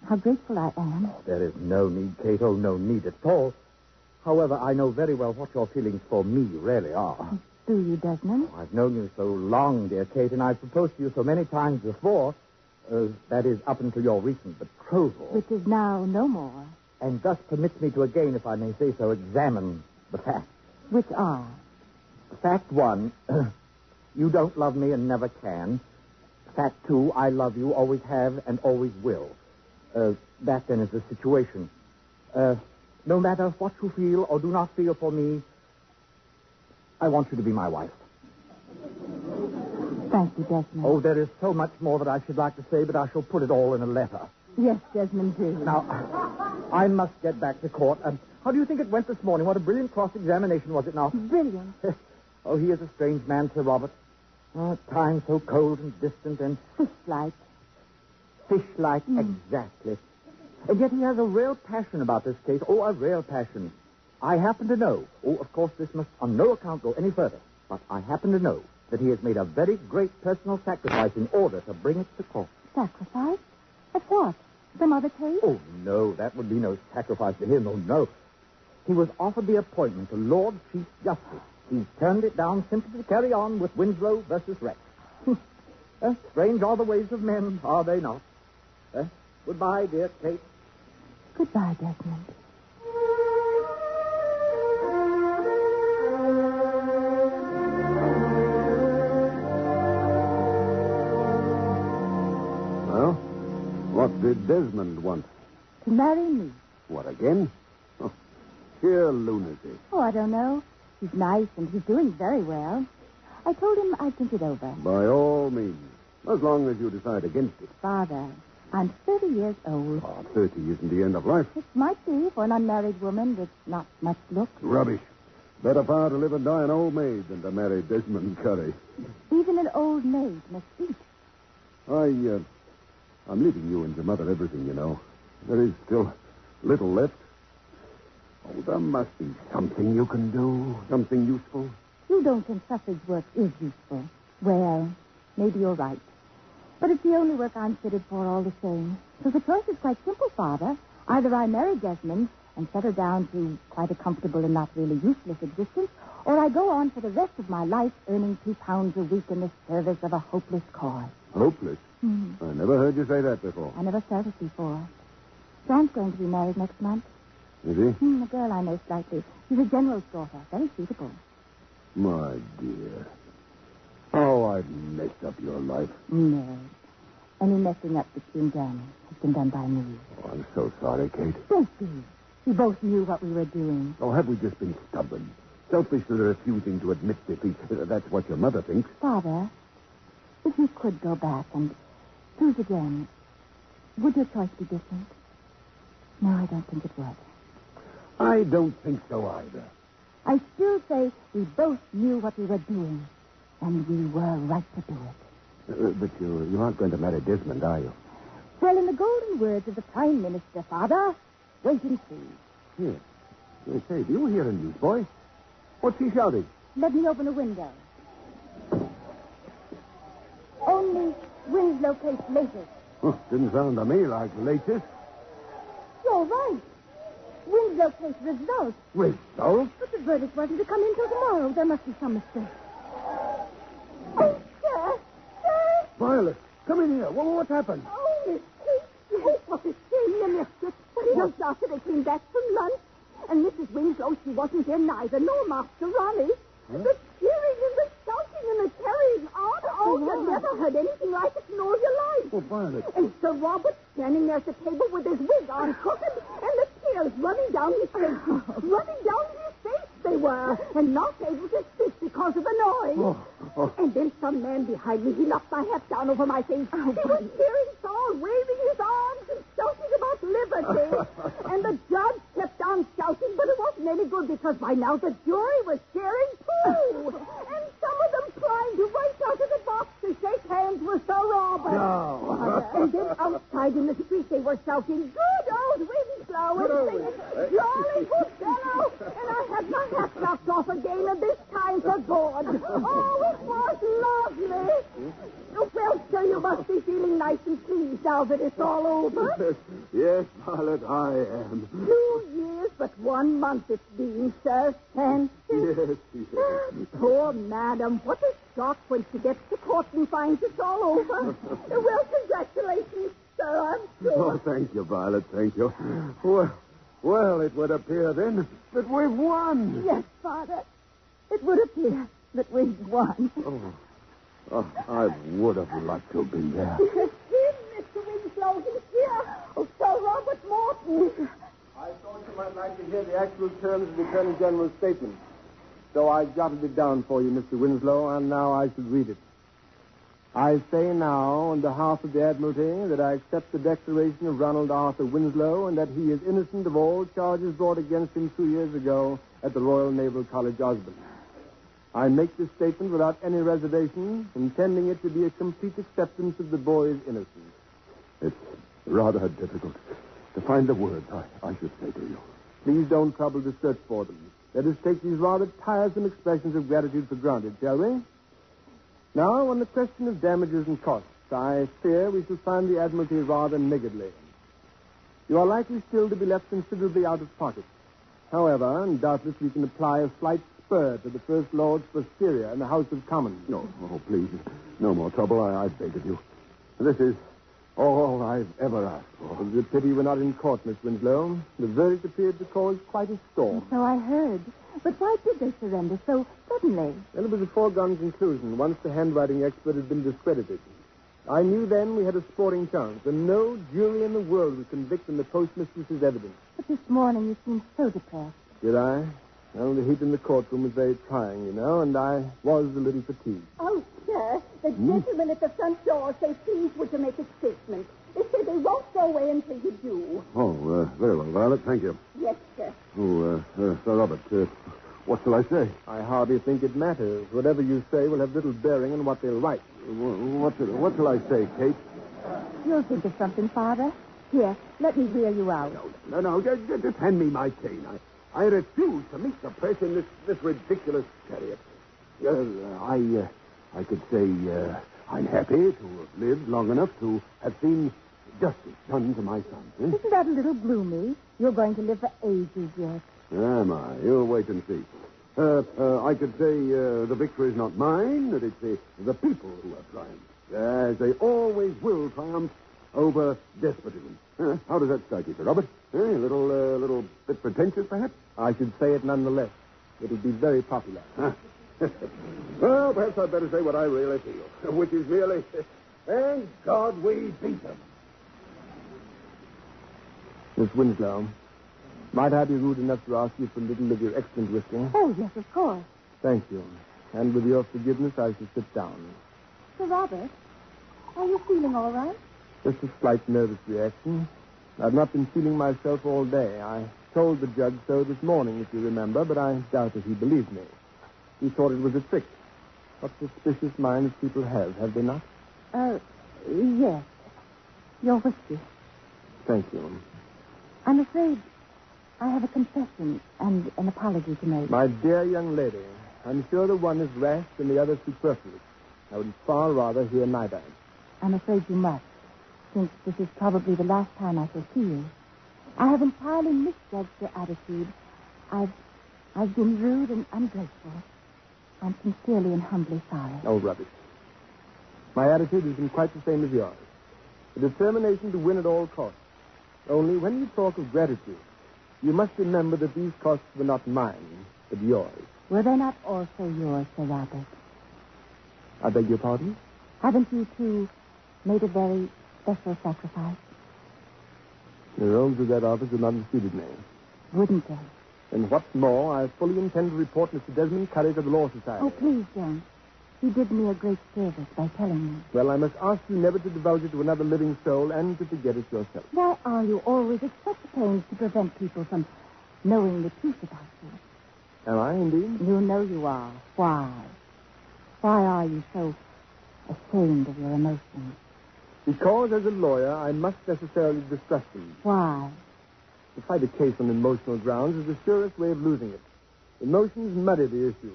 Speaker 9: how grateful I am.
Speaker 14: There is no need, Kate. Oh, no need at all. However, I know very well what your feelings for me really are.
Speaker 9: Do you, Desmond?
Speaker 14: I've known you so long, dear Kate, and I've proposed to you so many times before. Uh, that is, up until your recent betrothal.
Speaker 9: Which is now no more.
Speaker 14: And thus permits me to again, if I may say so, examine the facts.
Speaker 9: which are?
Speaker 14: Fact one, you don't love me and never can. Fact two, I love you, always have, and always will. Uh, that then is the situation. Uh, no matter what you feel or do not feel for me, I want you to be my wife.
Speaker 9: Thank you, Desmond.
Speaker 14: Oh, there is so much more that I should like to say, but I shall put it all in a letter.
Speaker 9: Yes, Desmond, do.
Speaker 14: Now, I must get back to court. And how do you think it went this morning? What a brilliant cross-examination, was it not?
Speaker 9: Brilliant.
Speaker 14: oh, he is a strange man, Sir Robert. Oh, at times so cold and distant and...
Speaker 9: Fish-like. Hmm.
Speaker 14: Fish-like, exactly. And yet he has a real passion about this case. Oh, a real passion. I happen to know. Oh, of course, this must on no account go any further. But I happen to know that he has made a very great personal sacrifice in order to bring it to court.
Speaker 9: Sacrifice? Of what? Some other case?
Speaker 14: Oh, no, that would be no sacrifice to him. Oh, no. He was offered the appointment to Lord Chief Justice. He turned it down simply to carry on with Winslow versus Rex. uh, strange are the ways of men, are they not? Uh, goodbye, dear Kate.
Speaker 9: Goodbye, Desmond.
Speaker 15: Well, what did Desmond want?
Speaker 9: To marry me.
Speaker 15: What, again? Oh, sheer lunacy.
Speaker 9: Oh, I don't know. He's nice and he's doing very well. I told him I'd think it over.
Speaker 15: By all means, as long as you decide against it.
Speaker 9: Father, I'm 30 years old.
Speaker 15: Oh, 30 isn't the end of life.
Speaker 9: It might be for an unmarried woman with not much look.
Speaker 15: Rubbish. Better far to live and die an old maid than to marry Desmond Curry.
Speaker 9: Even an old maid must eat.
Speaker 15: I, uh, I'm leaving you and your mother everything, you know. There is still little left. Oh, there must be something you can do, something useful.
Speaker 9: You don't think suffrage work is useful. Well, maybe you're right. But it's the only work I'm fitted for all the same. So the choice is quite simple, Father. Either I marry Desmond and settle down to quite a comfortable and not really useless existence, or I go on for the rest of my life earning two pounds a week in the service of a hopeless cause.
Speaker 15: Hopeless.
Speaker 9: Hmm.
Speaker 15: I never heard you say that before.
Speaker 9: I never felt it before. John's going to be married next month.
Speaker 15: Is he?
Speaker 9: Hmm, a girl I know slightly. She's a general's daughter. Very suitable.
Speaker 15: My dear. Oh, I've messed up your life.
Speaker 9: No. Any messing up that's been done has been done by me.
Speaker 15: Oh, I'm so sorry, Kate.
Speaker 9: Don't be. We both knew what we were doing.
Speaker 15: Oh, have we just been stubborn? Selfishly refusing to admit defeat. Uh, That's what your mother thinks.
Speaker 9: Father, if you could go back and choose again, would your choice be different? No, I don't think it would.
Speaker 15: I don't think so either.
Speaker 9: I still say we both knew what we were doing, and we were right to do it.
Speaker 15: Uh, but you, you aren't going to marry Desmond, are you?
Speaker 9: Well, in the golden words of the Prime Minister, Father, wait and see.
Speaker 15: Here. Hey, say, do you hear a newsboy? What's he shouting?
Speaker 9: Let me open a window. Only Winslow case latest.
Speaker 15: Huh, didn't sound to me like latest.
Speaker 9: You're right. Winslow case results.
Speaker 5: Oh?
Speaker 15: Results?
Speaker 9: But the verdict wasn't to come in till tomorrow. There must be some mistake. Oh, sir!
Speaker 15: Violet, come in here. Wha- wha- what's happened?
Speaker 10: Oh, Miss Kate, Oh, yes, what a shame you missed it. Three months after they came back from lunch, and Mrs. Winslow, she wasn't there neither, nor Master Ronnie. The cheering and the shouting and the carrying on, oh, you never heard anything like it in all your life.
Speaker 15: Oh, Violet.
Speaker 10: And Sir Robert standing there at the table with his wig on crooked, and the tears running down his face, running down his face they were, and not able to speak because of the noise. And then some man behind me, he knocked my hat down over my face. he was cheering Saul, waving his arms and shouting about liberty. and the judge kept on shouting, but it wasn't any good because by now the jury was cheering too. and some of them trying to rush out of the box to shake hands with Sir Robert.
Speaker 15: No.
Speaker 10: Mother, and then outside in the street they were shouting, good old Winslow, and singing, jolly good fellow. And I had my hat knocked off again, and this time for good. Oh, it was lovely. Oh, well, sir, you must be feeling nice and pleased now that it's all over.
Speaker 15: yes, Violet, I am.
Speaker 10: Two years, but one month it's been, sir. Fancy.
Speaker 15: Yes, yes.
Speaker 10: Poor madam, what a shock when she gets to court and finds it's all over. well, congratulations, sir,
Speaker 15: Oh,
Speaker 10: I'm sure.
Speaker 15: thank you, Violet, thank you. Well, well, it would appear then that we've won.
Speaker 10: Yes, father.
Speaker 9: It would appear that we've won.
Speaker 5: Oh. oh, I would have liked to have been there.
Speaker 9: He's here, Mr. Winslow. He's here. Oh, Sir Robert Morton.
Speaker 11: I thought you might like to hear the actual terms of the Attorney General's statement. So I jotted it down for you, Mr. Winslow, and now I should read it. I say now, on behalf of the Admiralty, that I accept the declaration of Ronald Arthur Winslow and that he is innocent of all charges brought against him two years ago at the Royal Naval College, Osborne. I make this statement without any reservation, intending it to be a complete acceptance of the boy's innocence.
Speaker 5: It's rather difficult to find the words, I, I should say to you.
Speaker 11: Please don't trouble to search for them. Let us take these rather tiresome expressions of gratitude for granted, shall we? Now, on the question of damages and costs, I fear we shall find the Admiralty rather niggardly. You are likely still to be left considerably out of pocket. However, and doubtless we can apply a slight spur to the First Lord's posterior in the House of Commons.
Speaker 5: No, oh, please, no more trouble, I, I beg of you. This is all I've ever asked for.
Speaker 11: It's a pity we're not in court, Miss Winslow. The verdict appeared to cause quite a storm.
Speaker 9: So I heard. But why did they surrender so suddenly?
Speaker 11: Well, it was a foregone conclusion once the handwriting expert had been discredited. I knew then we had a sporting chance, and no jury in the world would convict on the postmistress's evidence.
Speaker 9: But this morning you seemed so depressed.
Speaker 11: Did I? Well, the heat in the courtroom was very trying, you know, and I was a little fatigued.
Speaker 10: Oh, sir, the
Speaker 15: Hmm?
Speaker 10: gentlemen at the front door say please would you make a statement. They say they won't go away until you do.
Speaker 5: Oh, uh, very well, Violet, thank you.
Speaker 10: Yes, sir.
Speaker 5: Oh, uh, uh, Sir Robert, uh, what shall I say?
Speaker 11: I hardly think it matters. Whatever you say will have little bearing on what they'll write.
Speaker 5: What shall, what shall I say, Kate?
Speaker 9: You'll think of something, Father. Here, let me wheel you out.
Speaker 5: No, no, just, just hand me my cane. I, I refuse to meet the press in this, this ridiculous chariot. Uh, I, uh, I could say uh, I'm happy to have lived long enough to have seen justice done to my son. eh?
Speaker 9: Isn't that a little gloomy? You're going to live for ages yet.
Speaker 5: Am I? You'll wait and see. Uh, uh, I could say uh, the victory is not mine, that it's the, the people who have triumphed, as they always will triumph over despotism. Huh? How does that strike you, Sir Robert? Eh, a little, uh, little bit pretentious, perhaps?
Speaker 11: I should say it nonetheless. It'll be very popular.
Speaker 5: Huh. well, perhaps I'd better say what I really feel, which is merely, thank God we beat them.
Speaker 11: Miss Winslow, might I be rude enough to ask you for a little of your excellent whiskey?
Speaker 9: Oh, yes, of course.
Speaker 11: Thank you. And with your forgiveness, I shall sit down.
Speaker 9: Sir Robert, are you feeling all right?
Speaker 11: Just a slight nervous reaction. I've not been feeling myself all day. I told the judge so this morning, if you remember, but I doubt if he believed me. He thought it was a trick. What suspicious minds people have, have they not?
Speaker 9: Uh, yes. Your whiskey.
Speaker 11: Thank you.
Speaker 9: I'm afraid I have a confession and an apology to make.
Speaker 11: My dear young lady, I'm sure the one is rash and the other superfluous. I would far rather hear neither.
Speaker 9: I'm afraid you must, since this is probably the last time I shall see you. I have entirely misjudged your attitude. I've, I've been rude and ungrateful. I'm sincerely and humbly sorry.
Speaker 11: Oh, rubbish. My attitude has been quite the same as yours. A determination to win at all costs. Only when you talk of gratitude, you must remember that these costs were not mine, but yours.
Speaker 9: Were they not also yours, Sir Robert?
Speaker 11: I beg your pardon?
Speaker 9: Haven't you, too, made a very special sacrifice?
Speaker 11: The roles of that office have not disputed me.
Speaker 9: Wouldn't they?
Speaker 11: And what's more, I fully intend to report Mr. Desmond Curry to the Law Society.
Speaker 9: Oh, please don't. You did me a great service by telling me.
Speaker 11: Well, I must ask you never to divulge it to another living soul and to forget it yourself.
Speaker 9: Why are you always at such pains to prevent people from knowing the truth about you?
Speaker 11: Am I indeed?
Speaker 9: You know you are. Why? Why are you so ashamed of your emotions?
Speaker 11: Because as a lawyer, I must necessarily distrust them.
Speaker 9: Why?
Speaker 11: To fight a case on emotional grounds is the surest way of losing it. Emotions muddy the issue.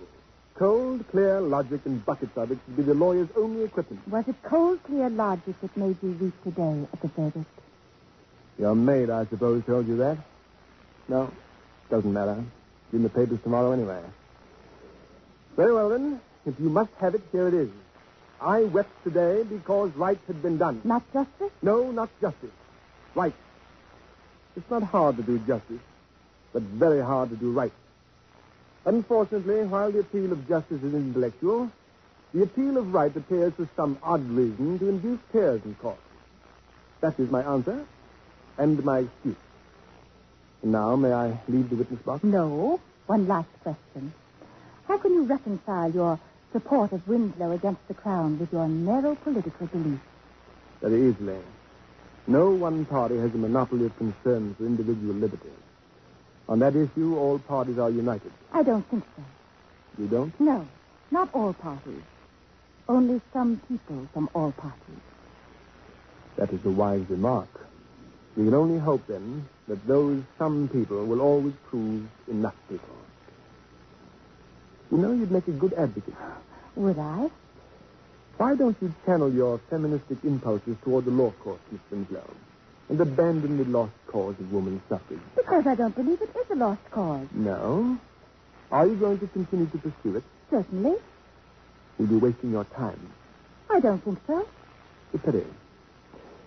Speaker 11: Cold, clear logic and buckets of it should be the lawyer's only equipment.
Speaker 9: Was it cold, clear logic that made you weep today at the verdict?
Speaker 11: Your maid, I suppose, told you that. No, doesn't matter. It's in the papers tomorrow anyway. Very well, then. If you must have it, here it is. I wept today because right had been done.
Speaker 9: Not justice?
Speaker 11: No, not justice. Right. It's not hard to do justice, but very hard to do right. Unfortunately, while the appeal of justice is intellectual, the appeal of right appears for some odd reason to induce tears in court. That is my answer and my excuse. And now, may I leave the witness box?
Speaker 9: No. One last question. How can you reconcile your support of Winslow against the Crown with your narrow political beliefs?
Speaker 11: Very easily. No one party has a monopoly of concern for individual liberty. On that issue, all parties are united.
Speaker 9: I don't think so.
Speaker 11: You don't?
Speaker 9: No, not all parties. Only some people from all parties.
Speaker 11: That is a wise remark. We can only hope, then, that those some people will always prove enough people. You know, you'd make a good advocate.
Speaker 9: Would I?
Speaker 11: Why don't you channel your feministic impulses toward the law courts, Miss Winslow, and abandon the lost cause of woman's suffrage?
Speaker 9: Because I don't believe it is a lost cause.
Speaker 11: No. Are you going to continue to pursue it?
Speaker 9: Certainly.
Speaker 11: You'll be wasting your time.
Speaker 9: I don't think so.
Speaker 11: It's a pity.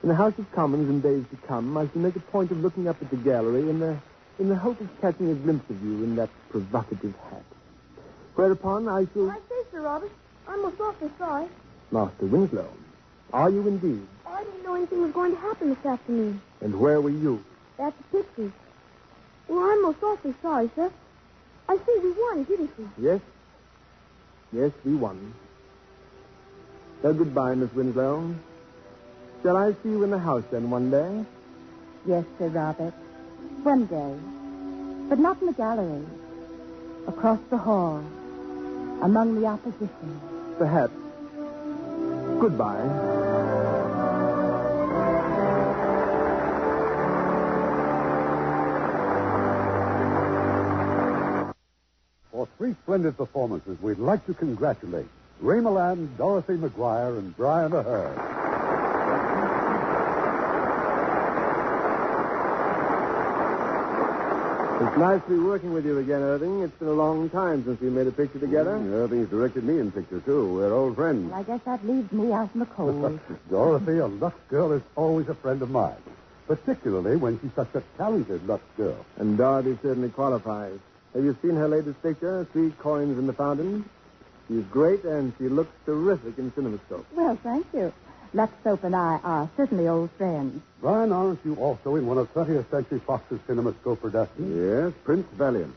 Speaker 11: In the House of Commons in days to come, I shall make a point of looking up at the gallery in the, in the hope of catching a glimpse of you in that provocative hat. Whereupon I shall...
Speaker 6: I say, Sir Robert, I'm most awfully sorry.
Speaker 11: Master Winslow, are you indeed?
Speaker 6: I didn't know anything was going to happen this afternoon.
Speaker 11: And where were you?
Speaker 6: That's the pictures. Well, I'm most awfully sorry, sir. I see we won, didn't we?
Speaker 11: Yes? Yes, we won. So goodbye, Miss Winslow. Shall I see you in the house then one day?
Speaker 9: Yes, Sir Robert. One day. But not in the gallery. Across the hall. Among the opposition.
Speaker 11: Perhaps. Goodbye.
Speaker 3: For three splendid performances, we'd like to congratulate Ray Milan, Dorothy McGuire, and Brian Ahern.
Speaker 10: It's nice to be working with you again, Irving. It's been a long time since we made a picture together.
Speaker 5: Mm, Irving's directed me in pictures, too. We're old friends.
Speaker 9: Well, I guess that leaves me out in the cold.
Speaker 3: Dorothy, a Lux girl is always a friend of mine, particularly when she's such a talented Lux girl.
Speaker 10: And Dorothy certainly qualifies. Have you seen her latest picture, Three Coins in the Fountain? She's great, and she looks terrific in CinemaScope.
Speaker 9: Well, thank you. Lux Soap and I are certainly old friends.
Speaker 3: Brian, aren't you also in one of 30th Century Fox's CinemaScope productions?
Speaker 5: Yes, Prince Valiant.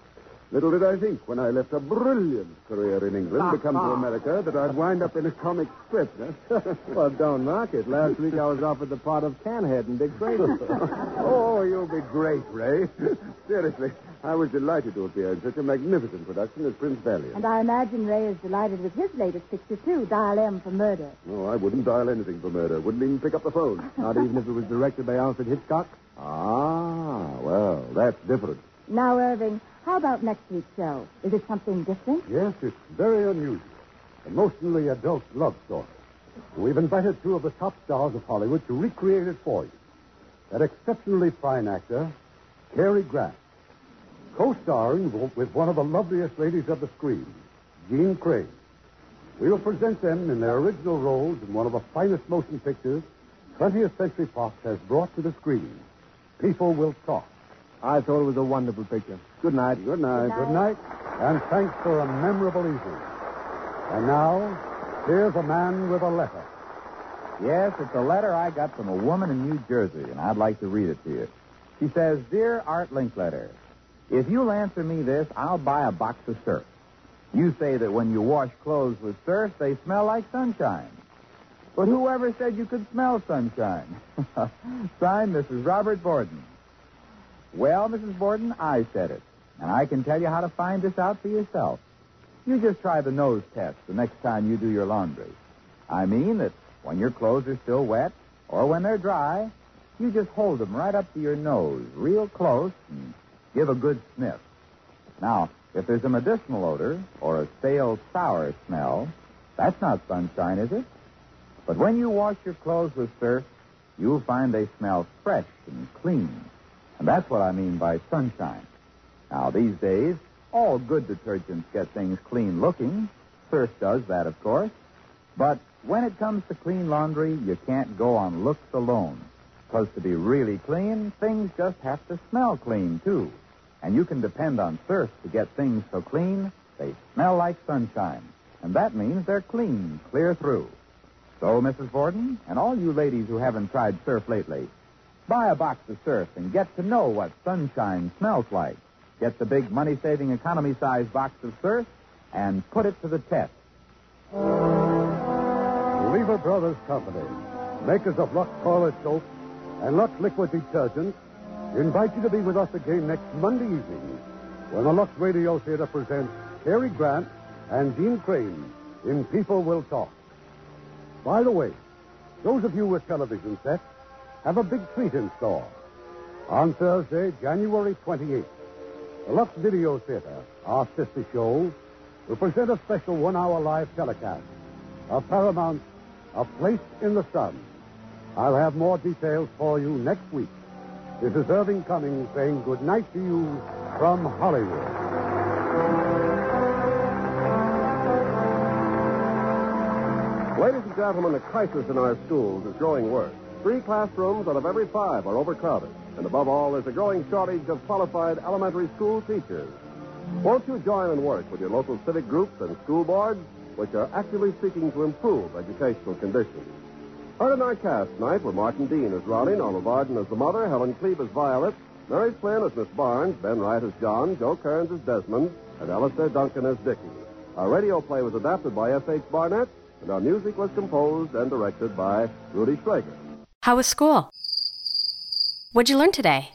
Speaker 5: Little did I think when I left a brilliant career in England to come to America that I'd wind up in a comic strip.
Speaker 10: well, don't knock it. Last week I was offered the part of Canhead and Dick Grayson.
Speaker 5: oh, you'll be great, Ray. Seriously, I was delighted to appear in such a magnificent production as Prince Valiant.
Speaker 9: And I imagine Ray is delighted with his latest picture, too, Dial M for Murder.
Speaker 5: Oh, I wouldn't dial anything for murder. Wouldn't even pick up the phone.
Speaker 10: Not even if it was directed by Alfred Hitchcock?
Speaker 5: Ah, well, that's different.
Speaker 9: Now, Irving, how about next week's show? Is it something different?
Speaker 3: Yes, it's very unusual. Emotionally adult love story. We've invited two of the top stars of Hollywood to recreate it for you. That exceptionally fine actor, Cary Grant, co-starring w- with one of the loveliest ladies of the screen, Jean Craig. We will present them in their original roles in one of the finest motion pictures 20th Century Fox has brought to the screen. People will talk.
Speaker 10: I thought it was a wonderful picture. Good night. Good night.
Speaker 3: Good night, and thanks for a memorable evening. And now, here's a man with a letter.
Speaker 16: Yes, it's a letter I got from a woman in New Jersey, and I'd like to read it to you. She says, Dear Art Linkletter, if you'll answer me this, I'll buy a box of surf. You say that when you wash clothes with surf, they smell like sunshine. But whoever said you could smell sunshine? Signed, Mrs. Robert Borden. Well, Mrs. Borden, I said it, and I can tell you how to find this out for yourself. You just try the nose test the next time you do your laundry. I mean that when your clothes are still wet or when they're dry, you just hold them right up to your nose, real close, and give a good sniff. Now, if there's a medicinal odor or a stale sour smell, that's not sunshine, is it? But when you wash your clothes with surf, you'll find they smell fresh and clean. And that's what I mean by sunshine. Now, these days, all good detergents get things clean looking. Surf does that, of course. But when it comes to clean laundry, you can't go on looks alone. Because to be really clean, things just have to smell clean, too. And you can depend on Surf to get things so clean they smell like sunshine. And that means they're clean, clear through. So, Mrs. Borden, and all you ladies who haven't tried Surf lately, buy a box of Surf and get to know what sunshine smells like. Get the big money saving economy size box of Surf and put it to the test.
Speaker 3: Lever Brothers Company, makers of Lux Collar Soap and Lux Liquid Detergent, invite you to be with us again next Monday evening when the Lux Radio Theater presents Cary Grant and Dean Crane in People Will Talk. By the way, those of you with television sets have a big treat in store. On Thursday, January 28th, the Lux Video Theater, our sister show, will present a special one-hour live telecast of Paramount's A Place in the Sun. I'll have more details for you next week. This is Irving Cummings saying good night to you from Hollywood.
Speaker 2: Ladies and gentlemen, the crisis in our schools is growing worse. Three classrooms out of every five are overcrowded. And above all, there's a growing shortage of qualified elementary school teachers. Won't you join and work with your local civic groups and school boards, which are actively seeking to improve educational conditions? Heard in our cast tonight were Martin Dean as Ronnie, Norma Varden as the mother, Helen Cleve as Violet, Mary Flynn as Miss Barnes, Ben Wright as John, Joe Kearns as Desmond, and Alistair Duncan as Dickie. Our radio play was adapted by F.H. Barnett, and our music was composed and directed by Rudy Schrager.
Speaker 1: How was school? What'd you learn today?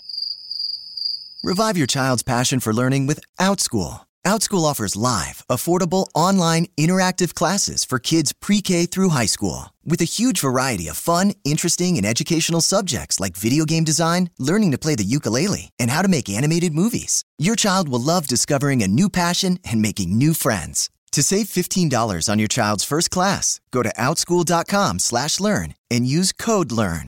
Speaker 17: Revive your child's passion for learning with OutSchool. OutSchool offers live, affordable, online, interactive classes for kids pre K through high school with a huge variety of fun, interesting, and educational subjects like video game design, learning to play the ukulele, and how to make animated movies. Your child will love discovering a new passion and making new friends. To save $15 on your child's first class, go to outschool.com slash learn and use code LEARN.